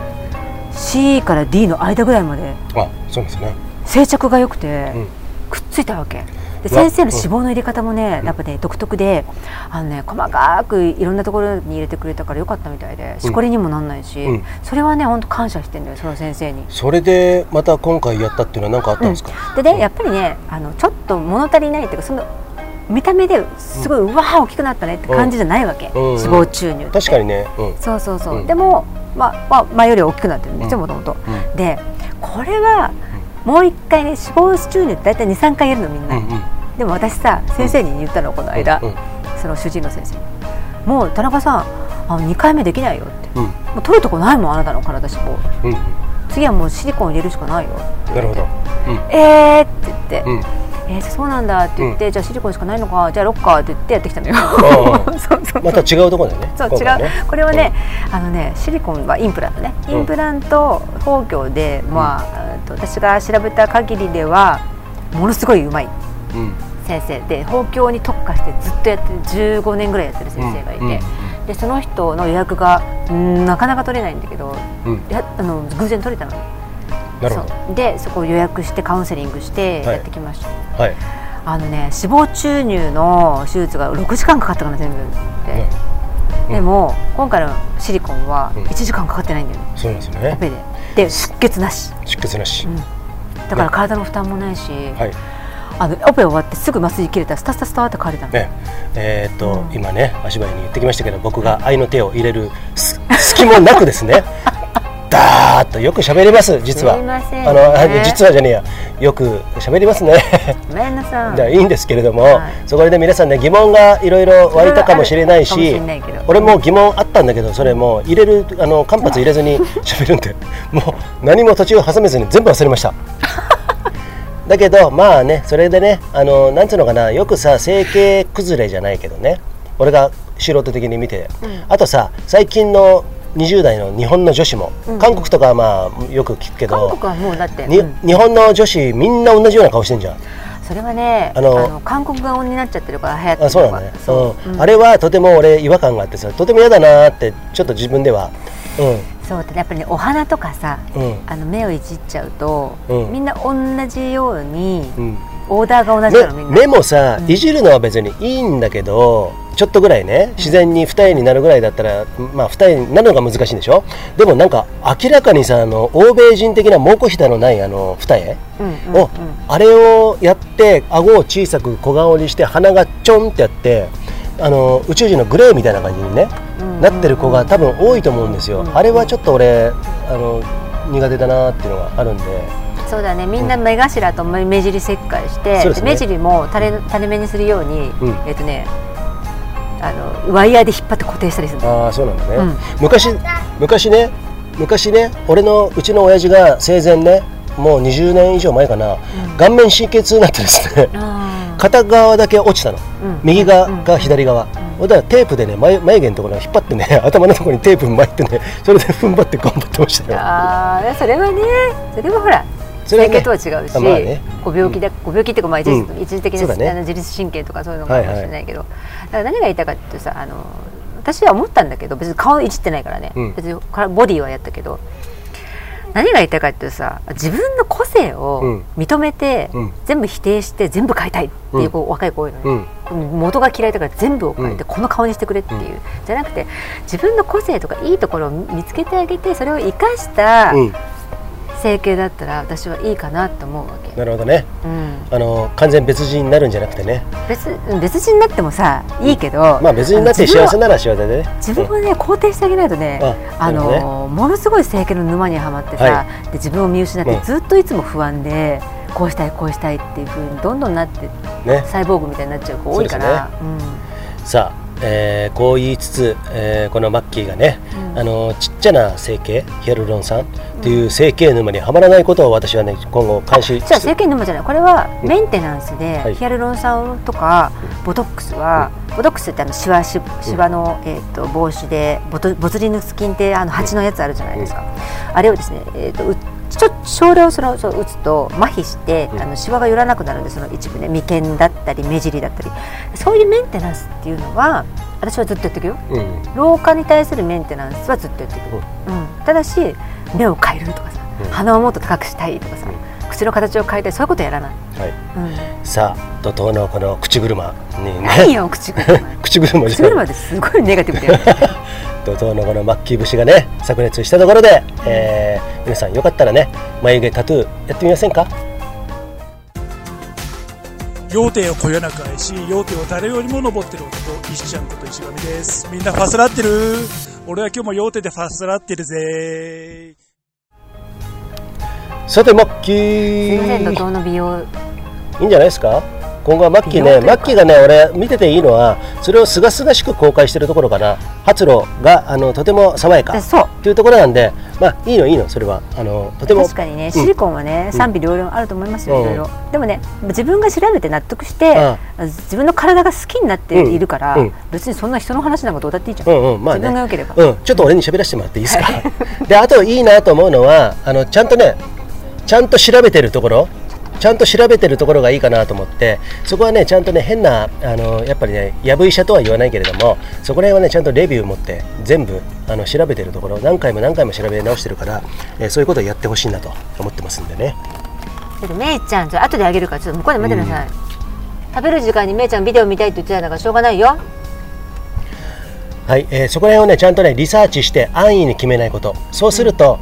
C から D の間ぐらいまで
あそうですね
静着が良くて、
うん
くっついたわけで
うわ
先生の脂肪の入れ方もね、やっぱね独特であのね細かくいろんなところに入れてくれたから良かったみたいでしこりにもなんないし、
うん
それはね本当感謝してんだよその先生に。
それでまた今回やったっていうのは何かあったんですか
でねやっぱりねあのちょっと物足りないっていうかその見た目ですごいうわー大きくなったねって感じじゃないわけ、
うんうん
脂肪注入って
確かにねうん
そうそうそう、
うん
でも、まあまあ、前よりは大きくなってるんですよ
う
もともと
う
でこれはもう一回ね脂肪注入って大体23回やるのみんな、
うんうん
でも私さ先生に言ったのこの間、
うん
その主治医の先生にもう田中さんあの2回目できないよって
うん
もう取るとこないもんあなたの体脂肪
うん
次はもうシリコン入れるしかないよ
なるほど
えーって言って、
うんうん
えーそうなんだって言って、じゃあシリコンしかないのかじゃあロッカーって言ってやってきたのよ
うん
そうそう
また違うところだよね
そう
今
違う、
回ね
これはね、あのねシリコンはインプラントねインプラント公共で、まあ、えーと私が調べた限りではものすごいうまい
うん
先生で包協に特化してずっとやってる15年ぐらいやってる先生がいて、
うんうん
でその人の予約がうんなかなか取れないんだけど、
うん
やあの偶然取れたのね
なるほ
そうでそこを予約してカウンセリングして
はい
やってきました、
どはい
あのね脂肪注入の手術が6時間かかったかな全部で、
うん
でも今回のシリコンは
うん
1時間かかってないんだよね、
そうなんですよ
オ
ね
ペでで出血なし
出血なし、
うんだから体の負担もないし、
はい
あのオペ終わってすぐ麻酔切れたらスタスタスタって帰れたの、
ねえーっと今ね足早に言ってきましたけど僕が愛の手を入れるす隙もなくです ねだーっとよく喋ります実は
すいませんね
あのあ実はじゃねえやよく喋りますね
ごめんなさい
じゃあいいんですけれども、
はい
そこで皆さんね疑問がいろいろ湧いたかもしれないし
それはあるかもしれないけど
俺も疑問あったんだけどそれもう入れるあの間髪入れずに喋るんで もう何も途中挟めずに全部忘れま した。だけどまあねそれでねあのなんつうのかなよくさ整形崩れじゃないけどね俺が素人的に見て、あとさ最近の20代の日本の女子も、韓国とかはまあよく聞くけ
韓
ど
国はもうだって、
に
うん
日本の女子みんな同じような顔してんじゃん。
それはね
あ
あ
の
の韓国顔になっちゃってるから流行って
あ
る
そうな
の
んだ
が
ね
そうう、
ん
うん
あれはとても俺違和感があってさとても嫌だなーってちょっと自分ではう
そうだねやっぱりねお花とかさ、
うん
あの目をいじっちゃうと、
うん
みんな同じように、
ん、うん
オーダーが同じなのみんな、
目目もさいじるのは別にいいんだけどちょっとぐらいね自然に二重になるぐらいだったらまあ二重になるのが難しいんでしょでもなんか明らかにさあの欧米人的な毛孔ひだのないあの二重
うんうん
をあれをやって顎を小さく小顔にして鼻がちょんってやってあの宇宙人のグレーみたいな感じにね、なってる子が多分多いと思うんですよ、あれはちょっと俺あの苦手だなっていうのがあるんで
そうだねみんな目頭と目目尻切開して、
そうですね
目尻も垂れ垂れ目にするように、
うん
えっ、とねあのワイヤーで引っ張って固定したりするの
ああそうなんだね、
うん
昔昔ね昔ね俺のうちの親父が生前ねもう20年以上前かな、顔面神経痛になってですね
あ
片側だけ落ちたの、
うん
右側が左側、ほんだらテープでね眉眉毛のところを引っ張ってね 頭のところにテープ巻いてねそれで踏ん張って頑張ってましたよ
あーそれはねそれはほら
それは
整
ね
形とは違うし、
あまあね
ご病気で、ご病気っていうか、まあ、一時,、
うん
一時的
そう
な、
だね
あの自律神経とかそういうのかもしれないけど、だから何が言いたいかっていうとさあの私は思ったんだけど別に顔いじってないからね、
うん
別にからボディはやったけど何が言いたいかっていうとさ自分の個性
うん
を認めて、
うん
全部否定して全部変えたいっていう子、若い子多いのね、
うん
元が嫌いだから全部を変えて、この顔にしてくれっていう、じゃなくて自分の個性とかいいところを見つけてあげてそれを生かした、
うん
整形だったら私はいいかなと思うわけ、
なるほどね
うん、
あの完全別人になるんじゃなくてね
別別人になってもさいいけど、
まあ別人になって
あの自分
幸
を
せなら幸せでね
自分をね肯定してあげないとね
あ
あの
なる
ーものすごい整形の沼にはまってさ、
は
で自分を見失っ
う
て
ん
ずっといつも不安で、こうしたいこうしたいっていうふうにどんどんなって
うんね
サイボーグみたいになっちゃう子多いから
さあ、えーこう言いつつ、えーこのマッキーがね、あのちっちゃな整形ヒアルロン酸っていう整形沼にはまらないことを私はね今後監視
じゃあ整形の沼じゃないこれは
うん
メンテナンスで、
はい
ヒアルロン酸とかボトックスは、ボトックスってあのシワシシワの、えー、と防止でボトボツリヌス菌ってあの蜂のやつあるじゃないですか、あれをですね、えー、とうちょ少量そのそう打つと麻痺して、あのシワが寄らなくなるんでその一部ね眉間だったり目尻だったりそういうメンテナンスっていうのは私はずっとやっていくよ
うん
老化に対するメンテナンスはずっとやっていく、うんただし目を変えるとかさ、鼻をもっと高くしたいとかさ、口の形を変えたいそういうことやらない、
はい、
うん、
さあ怒涛のこの口車に
何
ね
よ口車
口車
口
じゃな
車
い
ですごいネガティブだよね
怒涛のこのマッキー節がね炸裂したところで、えー皆さんよかったらね眉毛タトゥーやってみませんか
両手をこよなく愛し両手を誰よりも登ってる男石ちゃんこと石上ですみんなファスラってる俺は今日も両手でファスラってるぜ
さてマッキ
すいません怒
ー
涛の美容
いいんじゃないですか今後はマッキー
微
ね
妙というか
マッキーがね俺見てていいのはそれをすがすがしく公開してるところかな発露があのとても爽やか
だそう
っていうところなんでまあいいのいいのそれはあのとても
確かにねシリコンはね、賛否両論あると思います
う
よ、
ん
いろいろでもね自分が調べて納得して、
あ
自分の体が好きになっているから、
うんうん
別にそんな人の話なんかどうだっていいじゃん、
うんうんまあね、
自分が良ければ、
うん、ちょっと俺に喋らせてもらっていいですか、であといいなと思うのはあのちゃんとねちゃんと調べてるところちゃんと調べてるところがいいかなと思ってそこはねちゃんとね変なあのやっぱりねやぶ医者とは言わないけれどもそこら辺はねちゃんとレビュー持って全部あの調べてるところ何回も何回も調べ直してるから、えーそういうことをやってほしいなと思ってますんでね
ちょっとめいちゃんちょっと後であげるからちょっと向こうで待ってください、食べる時間にめいちゃんビデオ見たいって言ってたんだからしょうがないよ
はい、えーそこら辺をねちゃんとねリサーチして安易に決めないことそうすると、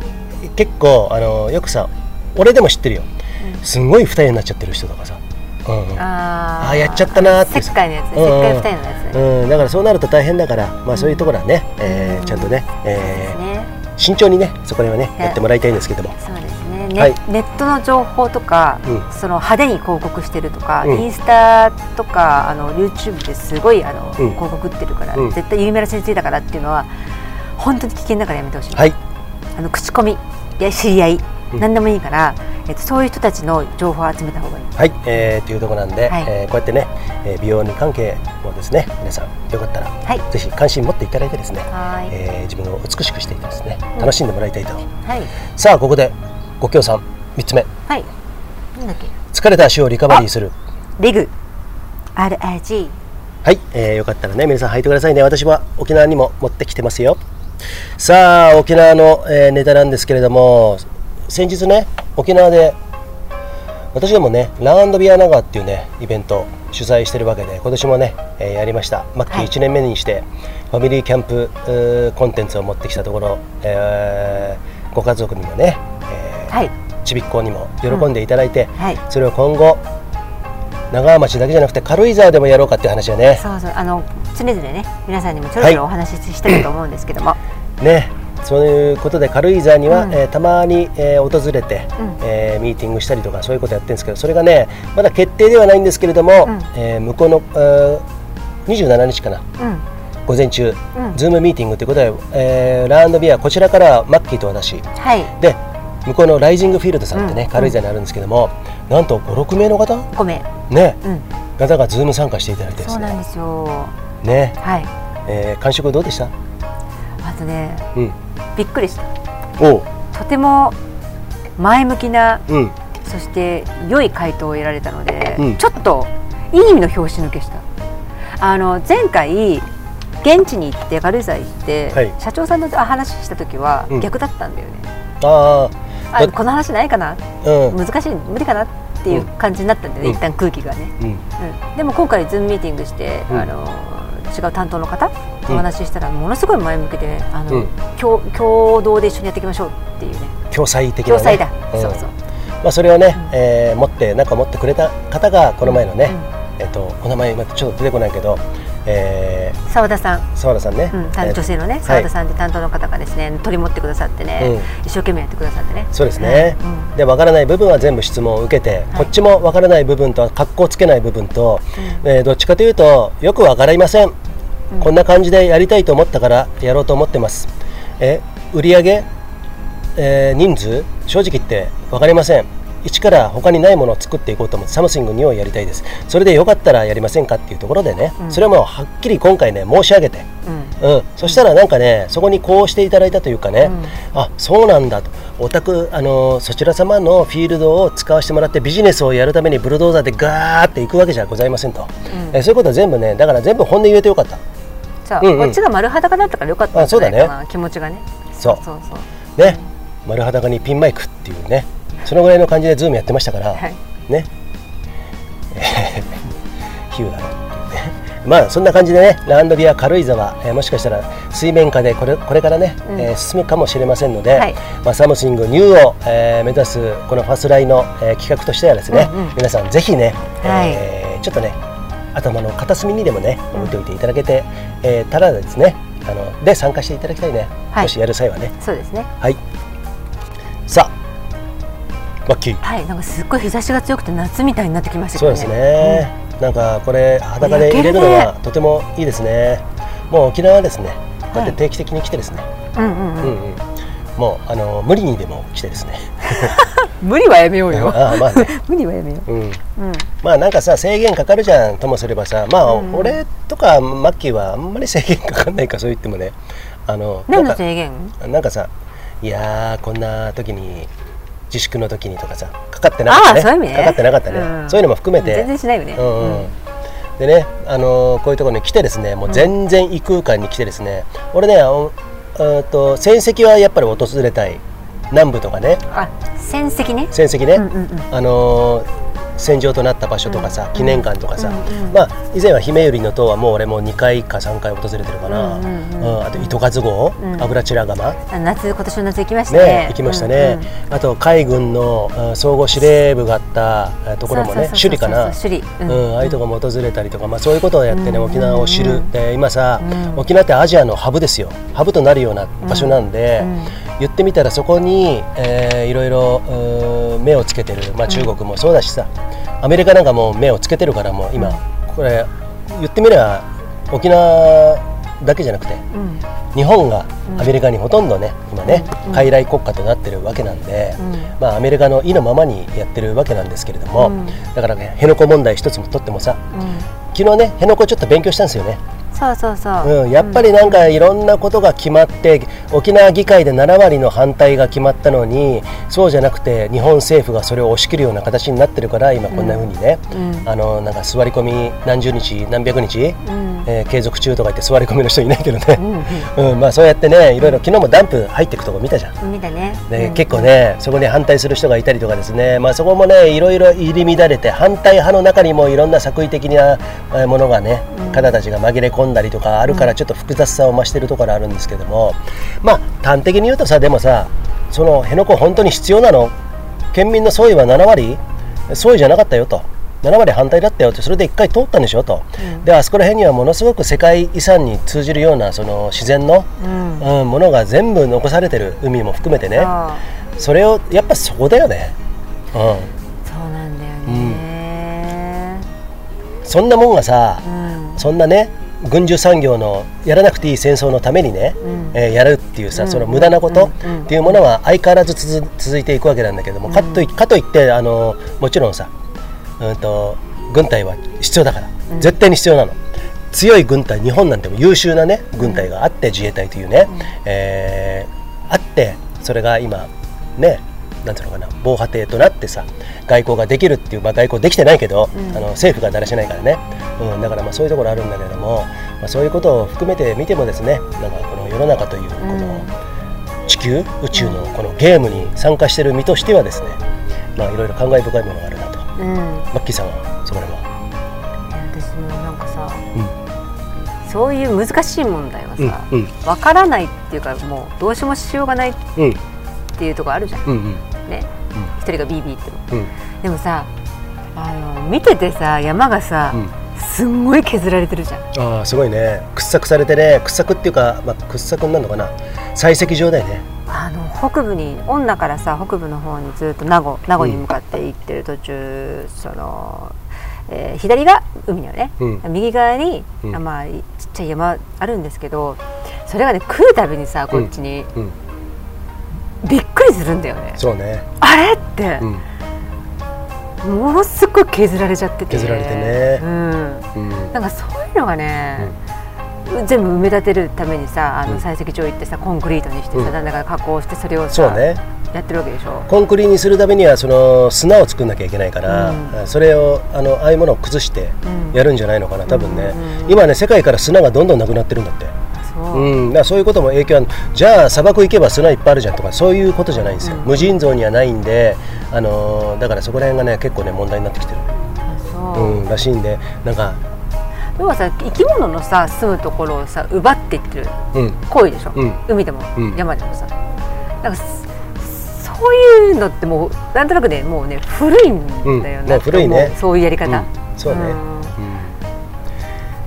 結構あのよくさ俺でも知ってるよ、すんごい二重になっちゃってる人とかさ、うんうん、あ
あ
あーやっちゃったなーって
石灰のやつ
うん
ね石
うん
灰二重のやつね,、
うん、だからそうなると大変だから、まあ、そういうところはね、えーちゃんとね、えー
ね
慎重にねそこら辺はね
ね
やってもらいたいんですけども
そうですねね、
はい
ネットの情報とか、
うん
その派手に広告してるとか、
うん
インスタとかあの YouTube ですごいあの、
うん
広告打ってるから、
うん
絶対有名な先生だからっていうのは本当に危険だからやめてほしい、
はい
あの口コミいや知り合い、
うん
何でもいいから、えっと、そういう人たちの情報を集めた方がいい
はい、えー、というところなんで、
はい
えーこうやってね、えー美容に関係もですね皆さんよかったら、
はい
ぜひ関心持っていただいてですね、
はい
えー自分を美しくしていってですね楽しんでもらいたいと、
はい
さあここでご協賛3つ目
はいなんだっけ
疲れた足をリカバリーする
リグ RIG
はい、えーよかったらね皆さん履いてくださいね私は沖縄にも持ってきてますよさあ沖縄の、えーネタなんですけれども先日ね沖縄で私どもねランビアナガーっていうねイベントを主催してるわけで今年もね、えーやりましたマッキ
は
ー
い
1年目にして、ファミリーキャンプうーコンテンツを持ってきたところ、えーご家族にもね、えー
はい
ちびっこにも喜んでいただいて、
はい
それを今後長川町だけじゃなくて軽井沢でもやろうかっていう話はね
そうそうあの常々ね皆さんにもちょろちょろお話ししてると思うんですけども、
ねそういうことで軽井沢には、
うん
えーたまに、えー訪れて、
うん
えーミーティングしたりとかそういうことやってるんですけどそれがねまだ決定ではないんですけれども、
うん
えー向こうの、えー27日かな
うん
午前中、
うん
ズームミーティングということで、えーランドビアこちらからはマッキーと私
はい
で向こうのライジングフィールドさんってね、
うん
軽井沢にあるんですけどもなんと56名の方
ごめん
ね、
うん
方がズーム参加していただいてで
そ
す
うなん
ね
ですよ
ね、
はい
えー感触どうでした
あとね
うん
びっくりした
おう
とても前向きな
うん
そして良い回答を得られたので、
うん
ちょっといい意味の拍子抜けしたあの前回現地に行って軽井沢行って、
はい
社長さんとあ話した時は
うん
逆だったんだよね、
あ
あ
だ
この話ないかな
あうん
難しい無理かなっていう感じになったんだよね、
うん
一旦空気がね、
うん
うんでも今回ズームミーティングして、
うん
あの違う担当の方とお話ししたら、ものすごい前向きであの、
うん
共共同で一緒にやっていきましょうっていうね
共済的な、ね、
共済だ、
うん
そうそう
まあ、それをね、
うん
えー持ってなんか持ってくれた方がこの前のね、
う
えっとお名前今ちょっと出てこないけど、えー、
澤田さん
沢田さんね、
うん、
えー
女性のね澤田さんって担当の方がですね、取り持ってくださってね、一生懸命やってくださってね
そうですね、
はい
でわからない部分は全部質問を受けて、
い
こっちもわからない部分と格好つけない部分と、えーどっちかというとよくわかりません、こんな感じでやりたいと思ったからやろうと思ってますえ売り上げ、えー人数正直言ってわかりません一から他にないものを作っていこうと思ってサムシング2をやりたいですそれでよかったらやりませんかっていうところでね、それはもうはっきり今回ね申し上げて、うん、そしたらなんかねそこにこうしていただいたというかね、あそうなんだとお宅あのーそちら様のフィールドを使わせてもらってビジネスをやるためにブルドーザーでガーっていくわけじゃございませんと、えそういうことは全部ねだから全部本音言えてよかった
そう、
うんうん
こっちが丸裸だったからよかったんじゃないか
あそう
な、気持ちがね
そう
そうそう
ね丸裸にピンマイクっていうねそのぐらいの感じでズームやってましたから、
はい
ね えー比喩だろっていうねまあそんな感じでねランドビア軽井沢、えーもしかしたら水面下でこれこれからね、えー進むかもしれませんので、
はい
まあ、サムシングニューを、えー目指すこのファスライの、えー企画としてはですね、
うんうん
皆さんぜひね、
はい
えーちょっとね頭の片隅にでもね置いておいていただけて、えーただですねあので参加していただきたいね、
はい
もしやる際はね
そうですね
はい。さあ、マッキー。
はいなんかすっごい日差しが強くて夏みたいになってきましたけ
そう
ど
で
ね
すね。なんかこれ裸で入れるのがとてもいいですねもう沖縄はですねこうやって定期的に来てですね、
うんうん
う
うん
んうんもうあの無理にでも来てですね
無理はやめようよ
ああまあね、
無理はやめよ
うん、
ううん
まあなんかさ制限かかるじゃんともすればさまあ、俺とかマッキーはあんまり制限かかんないからそう言ってもねあのな
何の
んか
制限
なんかさいやーこんな時に自粛の時にとかさかかってな
あ
か
あ
ったね
そういう意味ね
かかってなかったね、
うん
そういうのも含めて
全然しないよね
うんうんでね、あのーこういうところに来てですねもう全然異空間に来てですね、俺ねあのえーっと戦績はやっぱり訪れたい南部とかね
あ戦績ね
戦績ね、
うんうんうん
あのー戦場となった場所とかさ、記念館とかさ、まあ、以前は姫百合の塔はもう俺も2回か3回訪れてるかな、
うんうんうん
うんあと糸数号、
ん
油白釜ね
あ夏今年の夏行きましたね
行きましたね、あと海軍のうん総合司令部があったえところもね
そうそうそうそう
首里かな
首里うん
うんああいうとこも訪れたりとか、まあ、そういうことをやってね、沖縄を知る、で今さ、沖縄ってアジアのハブですよハブとなるような場所なんで、言ってみたらそこに、えーいろいろうー目をつけてる、まあ、中国もそうだしさ、アメリカなんかもう目をつけてるからもう今これ言ってみれば沖縄だけじゃなくて、
うん
日本がアメリカにほとんどね、今ね、傀儡国家となってるわけなんで、まあ、アメリカの意のままにやってるわけなんですけれども、だからね、辺野古問題一つもとってもさ、昨日ね、辺野古ちょっと勉強したんですよね、
そうそうそう
うん、やっぱりなんかいろんなことが決まって、沖縄議会で7割の反対が決まったのに、そうじゃなくて、日本政府がそれを押し切るような形になってるから、今、こんな風にね、あのなんか座り込み、何十日、何百日、えー継続中とか言って、座り込みの人いないけどね。うん、まあそうやってねいろいろ昨日もダンプ入ってくとこ見たじゃん。
見たね
で結構ねそこに反対する人がいたりとかですね、まあ、そこもねいろいろ入り乱れて反対派の中にもいろんな作為的なえーものがね方たちが紛れ込んだりとかあるからちょっと複雑さを増してるところあるんですけどもまあ端的に言うとさでもさその辺野古本当に必要なの県民の総意は7割総意じゃなかったよと。7割反対だったよってそれで1回通ったんでしょと、であそこら辺にはものすごく世界遺産に通じるようなその自然の、うんものが全部残されてる海も含めてね、
あ
それをやっぱそこだよね、
そうなんだよね
うん、そんなもんがさ、
うん
そんなね軍需産業のやらなくていい戦争のためにね、えーやるっていうさ、その無駄なことっていうものは相変わらずつづ続いていくわけなんだけども、かといかといってあのもちろんさ、うん、と軍隊は必要だから、絶対に必要なの強い軍隊日本なんても優秀なね軍隊があって自衛隊というね、えーあってそれが今ねなんていうのかな防波堤となってさ外交ができるっていう、まあ、外交できてないけど、あの政府がだらしないからね、うん、だからまあそういうところあるんだけども、まあ、そういうことを含めて見てもですねなんかこの世の中というこの地球、宇宙のこのゲームに参加してる身としてはですね、まあ、いろいろ感慨深いものがあるなと
うん、うん
マッキーさんはそこら辺は。
私もなんかさ、そういう難しい問題はさ、
うんうん
わからないっていうかもうどうしようもしようがないっていうところあるじゃん、
うんうん
ね一人がビービーっても、
うん
でもさあの見ててさ山がさ、
うん
すんごい削られてるじゃん
ああすごいね掘削されてね掘削っていうか、まあ、掘削になるのかな採石場だよね
あの北部に女からさ北部の方にずっと名護名護に向かって行ってる途中、その、えー左が海なのね、
うん
右側に、
うん
まあ、ちっちゃい山あるんですけどそれがね来るたびにさこっちに、
うん
びっくりするんだよね
そうね、
あれって
う、ん
ものすごい削られちゃってて
削られてね
うん、
うん
なんかそういうのがね、全部埋め立てるためにさあの採石場行ってさコンクリートにして
う
さ、
ん
なんだから加工してそれを
そう
さ、
ね
やってるわけでしょ
コンクリにするためにはその砂を作んなきゃいけないから、それをあのああいうものを崩してやるんじゃないのかな、多分ね、今ね世界から砂がどんどんなくなってるんだって、
そう、
うん、だからそういうことも影響あるじゃあ砂漠行けば砂いっぱいあるじゃんとかそういうことじゃないんですよ、無尽蔵にはないんで、あのーだからそこら辺がね結構ね問題になってきてる、
そうう、
んらしいんでなんか
要はさ生き物のさ住むところをさ奪っていってる
うん
行為でしょ、
うん
海でも、
うん
山でもさなんかそそういうのってもうなんとなくねもうね古いんだよね、
うんもう古いね
って思うそういうやり方、
うんそうね、
うん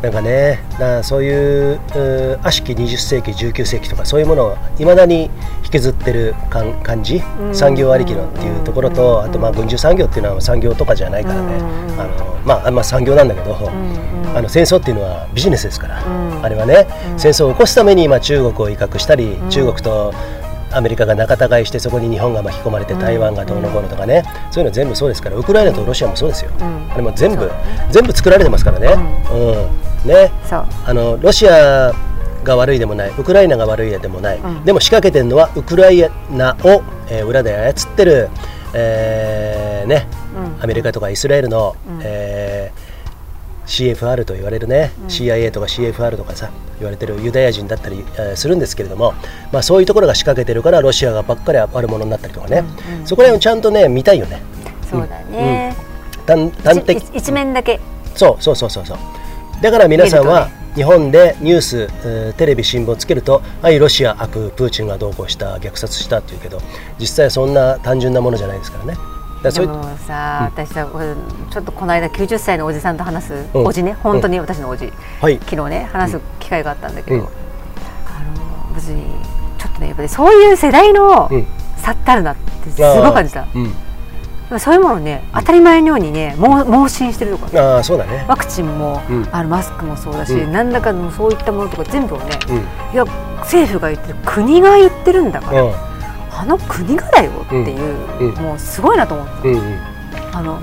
なんかね、なそういううー悪しき20世紀、19世紀とかそういうものをいまだに引引きずってる感感じ、産業ありきのっていうところと、あとまあ軍需産業っていうのは産業とかじゃないからね、あのまあ、まあ産業なんだけど、あの戦争っていうのはビジネスですから、あれはね、戦争を起こすために今中国を威嚇したり、中国とアメリカが仲違いしてそこに日本が巻き込まれて台湾がどうのこうのとかね、そういうの全部そうですからウクライナとロシアもそうですよ、あれも全部、全部作られてますからね。うんね
そう
あのロシアが悪いでもないウクライナが悪いでもない、
ん
でも仕掛けてるのはウクライナを、えー裏で操ってる、えーねアメリカとかイスラエルの、えー CFR と言われるね、CIA とか CFR とかさ言われてるユダヤ人だったり、えーするんですけれども、まあ、そういうところが仕掛けてるからロシアがばっかり悪者になったりとかね、そこら辺をちゃんとね見たいよね
そうだね、
端端的
一一面だけ
そうそうそうそうそうだから皆さんは
見
日本でニュース、えーテレビ新聞をつけるとはいロシア悪プーチンが同行した虐殺したっていうけど実際はそんな単純なものじゃないですからねだからそ
で
うい
もさ、私さこれちょっとこの間90歳のおじさんと話す、
うん
おじね本当に私のおじ、
はい
昨日ね話す機会があったんだけど、
うん
あの別にちょっとねやっぱりそういう世代の
うん
差ってあるなってす
あー
ごい感じた、
うん
でもそういうものね当たり前のようにねもう盲信してるとか
ああそうだね
ワクチンも、
うん
あのマスクもそうだし、
うん
何らかのそういったものとか全部をね、
うん
いや政府が言ってる国が言ってるんだから、
うん
あの国がだよっていう、
うんうん
もうすごいなと思って。
うんうん
あの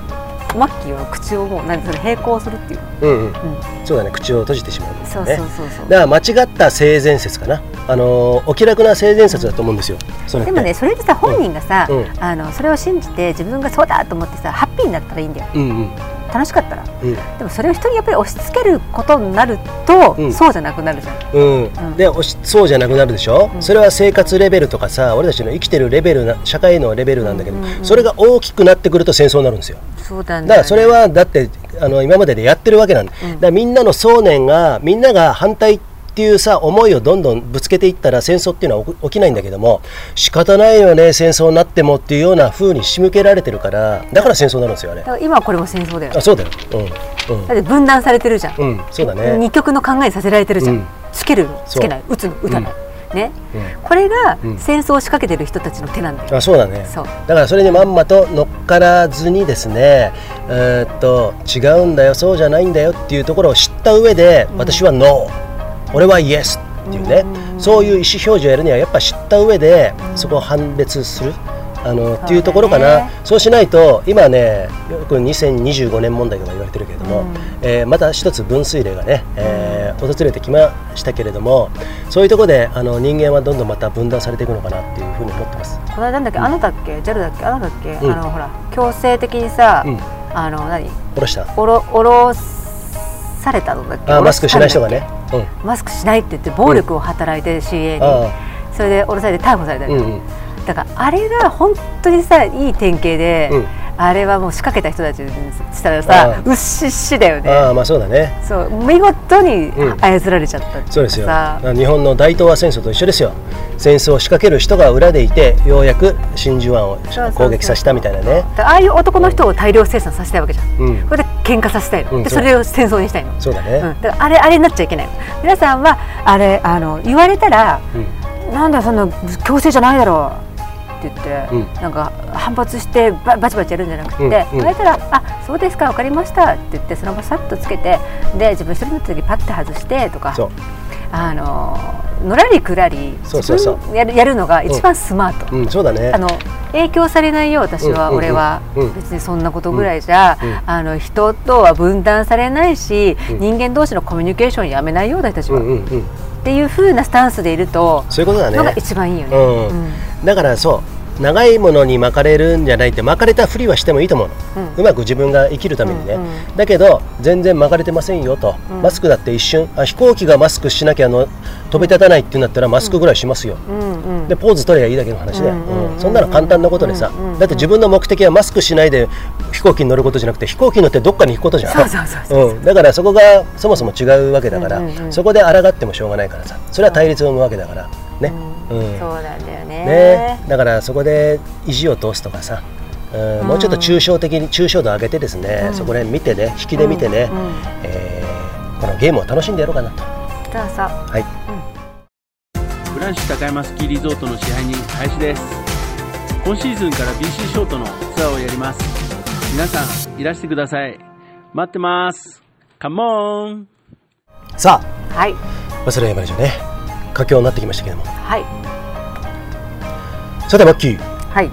マッキーは口をもう何それ並行するっていうの、
うんうん
うん、
そうだね口を閉じてしまう、ね、
そうそうそうそう、
だから間違った性善説かなあのーお気楽な性善説だと思うんですよそれって
でもねそれでさ本人がさ、
うんうん
あのそれを信じて自分がそうだと思ってさハッピーになったらいいんだよ
うんうん
楽しかったら
うん
でもそれを人にやっぱり押し付けることになると、
うん
そうじゃなくなるじゃん
うん、でおしそうじゃなくなるでしょ、それは生活レベルとかさ俺たちの生きてるレベルな社会のレベルなんだけど、それが大きくなってくると戦争になるんですよ
そうだね
だからそれはだってあの今まででやってるわけなんだ,、だからみんなの想念がみんなが反対っていうさ思いをどんどんぶつけていったら戦争っていうのは起こ起きないんだけども仕方ないよね戦争になってもっていうような風に仕向けられてるからだから戦争になるんですよあれ
だから今はこれも戦争だよ
あ
だ
そうだようん
って分断されてるじゃん、
うんうんそうだね
二極の考えにさせられてるじゃん、
うん
つけるの
そう
つけない打つの打たない、ね、これが戦争を仕掛けてる人たちの手なんだよ、
あそうだね
そう
だからそれにまんまと乗っからずにですねえーっと違うんだよそうじゃないんだよっていうところを知った上で、私はノー俺はイエスっていうね、そういう意思表示をやるにはやっぱ知った上でそこを判別する。あのっていうところかな、そうしないと今ねよく2025年問題とか言われてるけれども、えーまた一つ分水嶺がね、えー訪れてきましたけれどもそういうところであの人間はどんどんまた分断されていくのかなっていうふうに思ってます。
この間なんだっけ、あなただっけ、ジャルだっけ、あなただっけ、
うん
あのほら強制的にさ、
うん
あの何
おろした
おろおろされたのだっけ、
あ
お
マ
ろ
ス
さ
ク
れ
したなん
だ
い
っけ
人がね、う
マスクしないって言って暴力を働いて CA に、
あ
それでおろされて逮捕された
ん、
り、
うんうん
だからあれが本当にさいい典型で、
うん
あれはもう仕掛けた人たちにしたらさ
あ
うっしっしだよね
ああまあそうだね
そう見事に
うん
操られちゃったっていかさ
そうですよ日本の大東亜戦争と一緒ですよ戦争を仕掛ける人が裏でいてようやく真珠湾を
そうそう
攻撃させたみたいなね
だからああいう男の人を大量生産させたいわけじゃん、
うん
これで喧嘩させたいの、
うん
で
そう
それを戦争にしたいの
そうだね
ん、だからあれあれになっちゃいけないの皆さんはあれあの言われたら、なんだよそんな強制じゃないだろうって言って、
うん
なんか反発してババチバチやるんじゃなくて、
うんうん
言われたら「あそうですかわかりました」って言ってその場さっとつけてで自分一人になった時パッて外してとか
そう
あののらりくらり
そうそうそう
自分やるやるのが一番スマート。
うんそうだね
あの影響されないよ私は、
うんうんうん
俺は、
うん
別にそんなことぐらいじゃ、
んうん
あの人とは分断されないし、人間同士のコミュニケーションやめないようだたち
う
は、
んうんうん
っていう風なスタンスでいると
そういうことだ
のが
ね
一番いいよね、
うん、
うん
だからそう長いものに巻かれるんじゃないって巻かれたふりはしてもいいと思うの、うまく自分が生きるためにね、
うんうん
だけど全然巻かれてませんよと、マスクだって一瞬あ飛行機がマスクしなきゃあの飛び立たないっていうんだったらマスクぐらいしますよ、
うんうん
でポーズ取ればいいだけの話だよ、うんそんなの簡単なことでさ、だって自分の目的はマスクしないで飛行機に乗ることじゃなくて飛行機に乗ってどっかに行くことじゃん
そうそうそうそ
うんだからそこがそもそも違うわけだから、そこで抗ってもしょうがないからさそれは対立を生むわけだからね、うん
そうなんだよね
ね、だからそこで意地を通すとかさ、うんもうちょっと抽象的に抽象度上げてですね、そこら辺見てね引きで見てね、えーこのゲームを楽しんでやろうかなと。
だからさ
はい、
フラ
阪市高山スキーリゾートの支配人林です今シーズンから BC ショートのツアーをやります皆さんいらしてください待ってますカモン
さあ
はい
忘れ山でしょうね佳境になってきましたけども
はい
さてマッキー
はい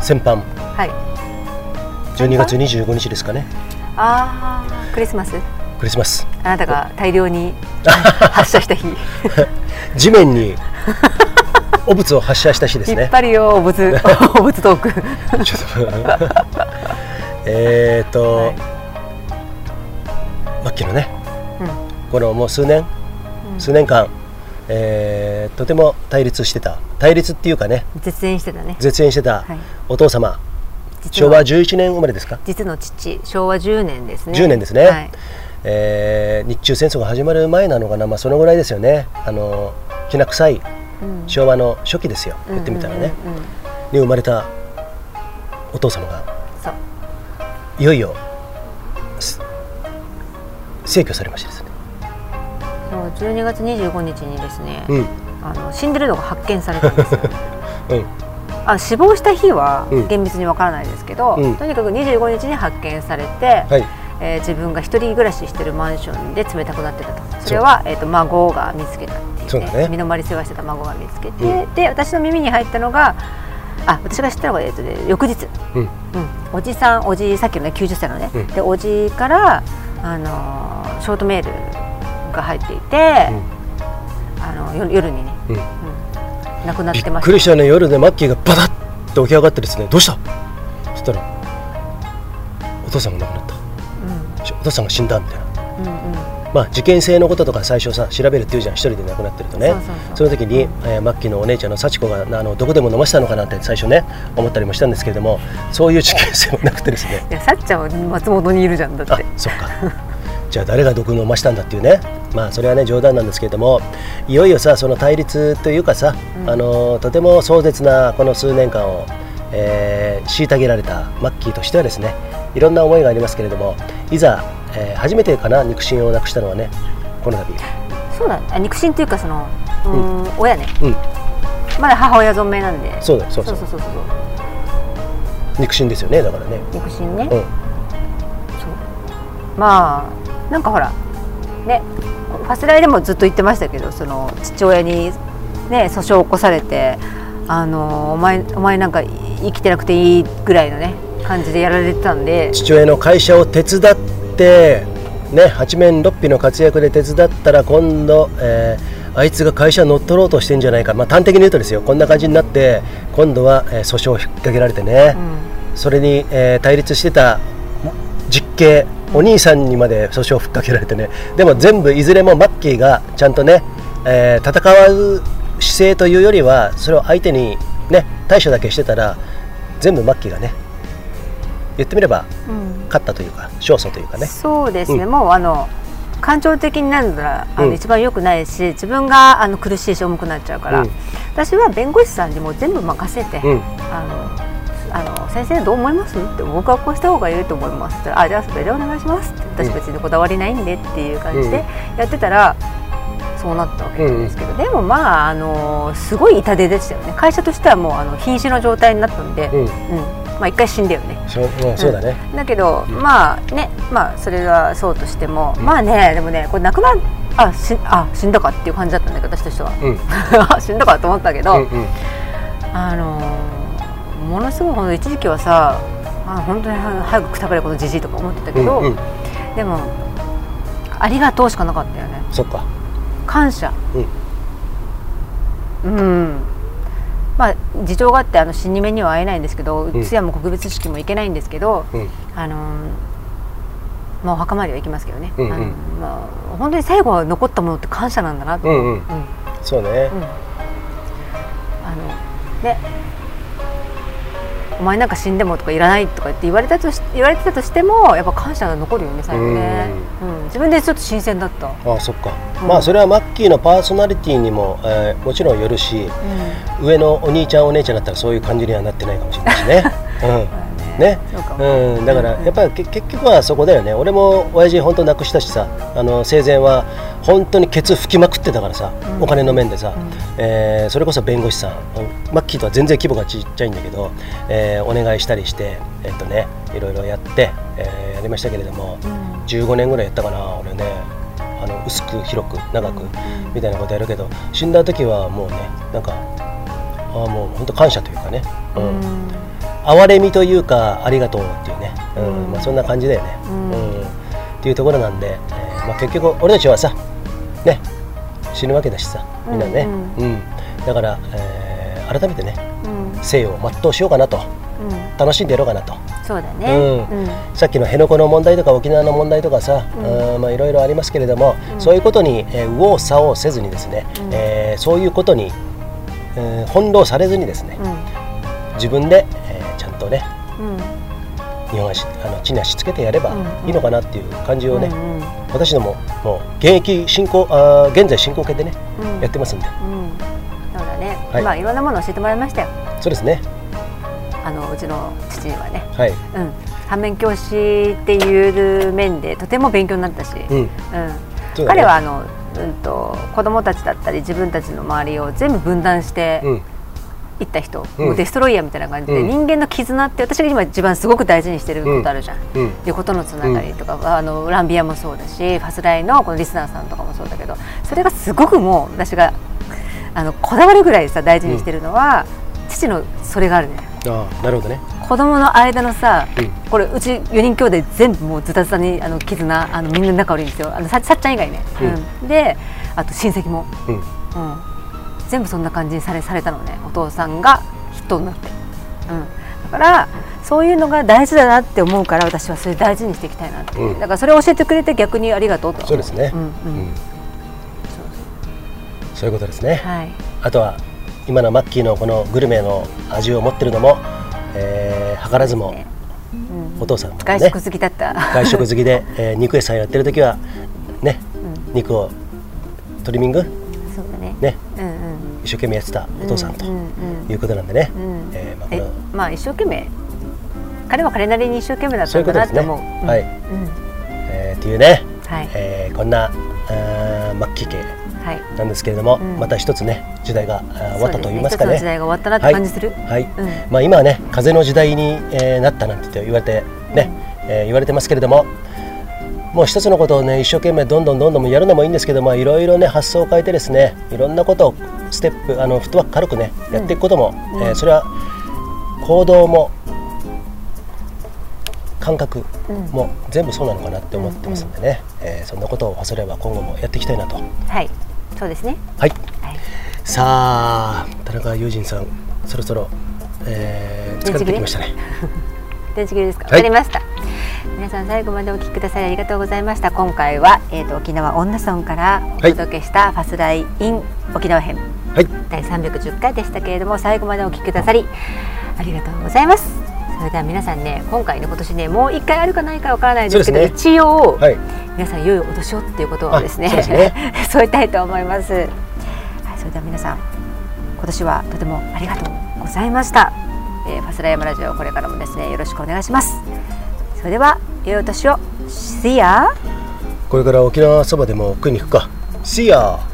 先般
はい
12月25日ですかね
ああクリスマス
クリスマス
あなたが大量に 発射した日
地面に汚物を発射した日です
引っ
ね
張りよお 仏お仏トーク
ちょっと えーっと、マッキーのね、このもう数年、数年間、えーとても対立してた対立っていうかね
絶縁してたね
絶縁してた
はい
お父様、
実
昭和
の
11年生まれですか、
実の父昭和10年ですね
10年ですね、
はい、
えー日中戦争が始まる前なのかな、まあ、そのぐらいですよねあのきな臭い
うん
昭和の初期ですよ、言ってみたらね、
うんうんうん
に生まれたお父様が
そう
いよいよす逝去されましたですね、
そう12月25日にですね、
うん
あの死んでるのが発見された んですよ
うん
あ死亡した日は
うん
厳密にわからないですけど、
うん
とにかく25日に発見されて、
はい
えー自分が一人暮らししてるマンションで冷たくなってたとそれは、えー、と孫が見つけたっていう,、ね
そうだね
身の回り世話してた孫が見つけて、で私の耳に入ったのがあ私が知ったのが、えーとね、翌日、
うん
うんおじさんおじさっきのね90歳のね、
うん
でおじから、あのーショートメールが入っていて、あの夜夜にね、
うん
うん亡くなっ
びって
ました
くりしたね夜ねマッキーがバタッと起き上がってですねどうしたそしたらお父さんが亡くなった、しお父さんが死んだみたいな、まあ事件性のこととか最初さ調べるっていうじゃん一人で亡くなってるとね
そうそう
の
そう
時に、えーマッキーのお姉ちゃんの幸子がなあのどこでも飲ませたのかなって最初ね思ったりもしたんですけれどもそういう事件性もなくてですね
いやさっちゃんは松本にいるじゃんだ
あ
って
そっかじゃあ誰が毒飲ましたんだっていうねまあそれはね冗談なんですけれどもいよいよさその対立というかさ、あのとても壮絶なこの数年間を、えー虐げられたマッキーとしてはですねいろんな思いがありますけれどもいざ、えー初めてかな肉親をなくしたのはねこの度
そうだねあ肉親というかそのうーん親ね、
うん
まだ母親存命なんで
そうだそう
そ
そうう
そうそうそう
肉親ですよねだからね
肉親ね、
うん
まあなんかほらねファスライでもずっと言ってましたけどその父親にね訴訟を起こされてあのお前お前なんか生きてなくていいぐらいのね感じでやられてたんで
父親の会社を手伝って、ね、八面六臂の活躍で手伝ったら今度、えーあいつが会社乗っ取ろうとしてんじゃないか、まあ、端的に言うとですよこんな感じになって今度は、えー訴訟を引っ掛けられてね、それに、えー対立してた実刑お兄さんにまで訴訟をふっかけられてねでも全部いずれもマッキーがちゃんとね、えー戦う姿勢というよりはそれを相手にね対処だけしてたら全部マッキーがね言ってみれば勝ったというか勝訴というかね
そうですね、
う
もうあの感情的になるならあの、
うん
一番良くないし自分があの苦しいし重くなっちゃうから、
うん
私は弁護士さんにもう全部任せて、
うん
あのあの先生どう思いますって僕はこうした方がいいと思いますって言ったらあじゃあそれでお願いしますって私別にこだわりないんでっていう感じでやってたら、そうなったわけなんですけど、でもまああのすごい痛手でしたよね会社としてはもうあの瀕死の状態になったんで、
うん
うんまあ一回死んだよね。
そううんそうだね、
だけど、まあねまあそれがそうとしても、まあねでもねこれなくなあしあ死んだかっていう感じだったんだけど私としては、
うん
あ死んだかと思ったけど、
うんうん
あのーものすごいほんと一時期はさあ本当には早くくたばれこのじじいとか思ってたけど、
うんうん
でもありがとうしかなかったよね
そっか
感謝うん、まあ事情があってあの死に目には会えないんですけど
ん
通夜も告別式も行けないんですけど、
うん
あのーまあお墓参りは行きますけどね、
うんうん
あのまあ、本当に最後は残ったものって感謝なんだなって、
うんうん
うん
そうね、
あのねお前なんか死んでもとかいらないとかって言われたとし言われてたとしてもやっぱ感謝が残るよね最後ね、うん、自分でちょっと新鮮だった、うん、
ああそっか、まあそれはマッキーのパーソナリティにも、えーもちろんよる し、上のお兄ちゃんお姉ちゃんだったらそういう感じにはなってないかもしれないしね、ね
そうかも
うん、だからやっぱりけ結局はそこだよね俺も親父本当亡くしたしさあの生前は本当にケツ拭きまくってたからさ、お金の面でさ、えーそれこそ弁護士さんマッキーとは全然規模がちっちゃいんだけど、えーお願いしたりして、えっとね、いろいろやって、えーやりましたけれども、15年ぐらいやったかな俺ねあの薄く広く長くみたいなことやるけど死んだ時はもうねなんかあーもう本当感謝というかね、うん哀れみというかありがとうっていうね、うんまあ、そんな感じだよね、うんっていうところなんで、えーまあ、結局俺たちはさ、ね、死ぬわけだしさみんなね、うんだから、えー改めてね
うん
生を全うしようかなと
うん
楽しんでやろうかなと。
そうだね
う
うんん
さっきの辺野古の問題とか沖縄の問題とかさ、うんまあいろいろありますけれども、そういうことに、えー右往左往せずにですね、えーそういうことに、えー翻弄されずにですね、自分で、えーちゃんとね
うん
日本足あの地に足つけてやればいいのかなっていう感じをね、
うんうん
私どももう現役進行あー現在進行形でね、
うん
やってますんで
うんそうだね
はい
まあいろんなものを教えてもらいましたよ
そうですね
あのうちの父にはね
はい
うん反面教師っていう面でとても勉強になったし
うんそうだね
彼はあのうんと子供たちだったり自分たちの周りを全部分断して、
うん
行った人、
うん
もうデストロイヤーみたいな感じで、
うん
人間の絆って私が今一番すごく大事にしてることあるじゃん、
うんうん
横とのつながりとか、あのランビアもそうだしファスライのこのリスナーさんとかもそうだけどそれがすごくもう私があのこだわるぐらいさ大事にしてるのは、父のそれがあるね
ああなるほどね
子供の間のさ、
うん
これうち4人兄弟全部もうズタズタにあの絆あのみんな仲悪いんですよあのささっちゃん以外ね、うんであと親戚も、
うん
うん、全部そんな感じにされされたのねお父さんがヒットになって、うん、だからそういうのが大事だなって思うから私はそれ大事にしていきたいなっていう、
うん
だからそれを教えてくれて逆にありがとうとは思
そうですね
うんうん
うんそういうことですね、
はい
あとは今のマッキーのこのグルメの味を持ってるのも、えー、図らずもお父さんもね
外食好きだった、
外食好きで、えー肉屋さんやってる時はね、肉をトリミング
そうだね
ね
うんうん
一生懸命やってたお父さんと
うんうん
いうことなんでね、
ん
えーまあこ
え
れは
まあ一生懸命彼は彼なりに一生懸命だっ
そ
た
うい
ん
うこ
だ
と
な
で
っ
すね。
て思う
はい、
うん
えーっていうね、
はい
えーこんなあーマッキー系
はい
なんですけれども、また一つね時代があー終わったと言いますか
そ
ね。
うですね一つの時代が終わったなって感じする
はい。はい
うん
まあ今はね風の時代に、えーなったなんて言われてね、えー言われてますけれども。もう一つのことをね一生懸命どんどんどんどんやるのもいいんですけどまあいろいろね発想を変えてですねいろんなことをステップあのフットワーク軽くねやっていくことも、えーそれは行動も感覚も全部そうなのかなって思ってますんでね、えーそんなことを恐れば今後もやっていきたいなと
はいそうですね
はい、
い
さあ田中友人さんそろそろ、えー、疲れてきましたね
電池切れですか、
はい
わかりました皆さん最後までお聞きくださいありがとうございました今回は、えー、と沖縄女村からお届けしたファスライ in 沖縄編
はい
第310回でしたけれども最後までお聞きくださりありがとうございますそれでは皆さんね今回ね今年ねもう1回あるかないかわからないですけど
そうです
一応、
はい
皆さん良いお年をっていうことをですね
あそうですね
添えたいと思います、はい、それでは皆さん今年はとてもありがとうございました、えー、ファスラヤマラジオこれからもですねよろしくお願いしますそれでは良いお年を See ya!
これから沖縄そばでも食いに行くか See ya!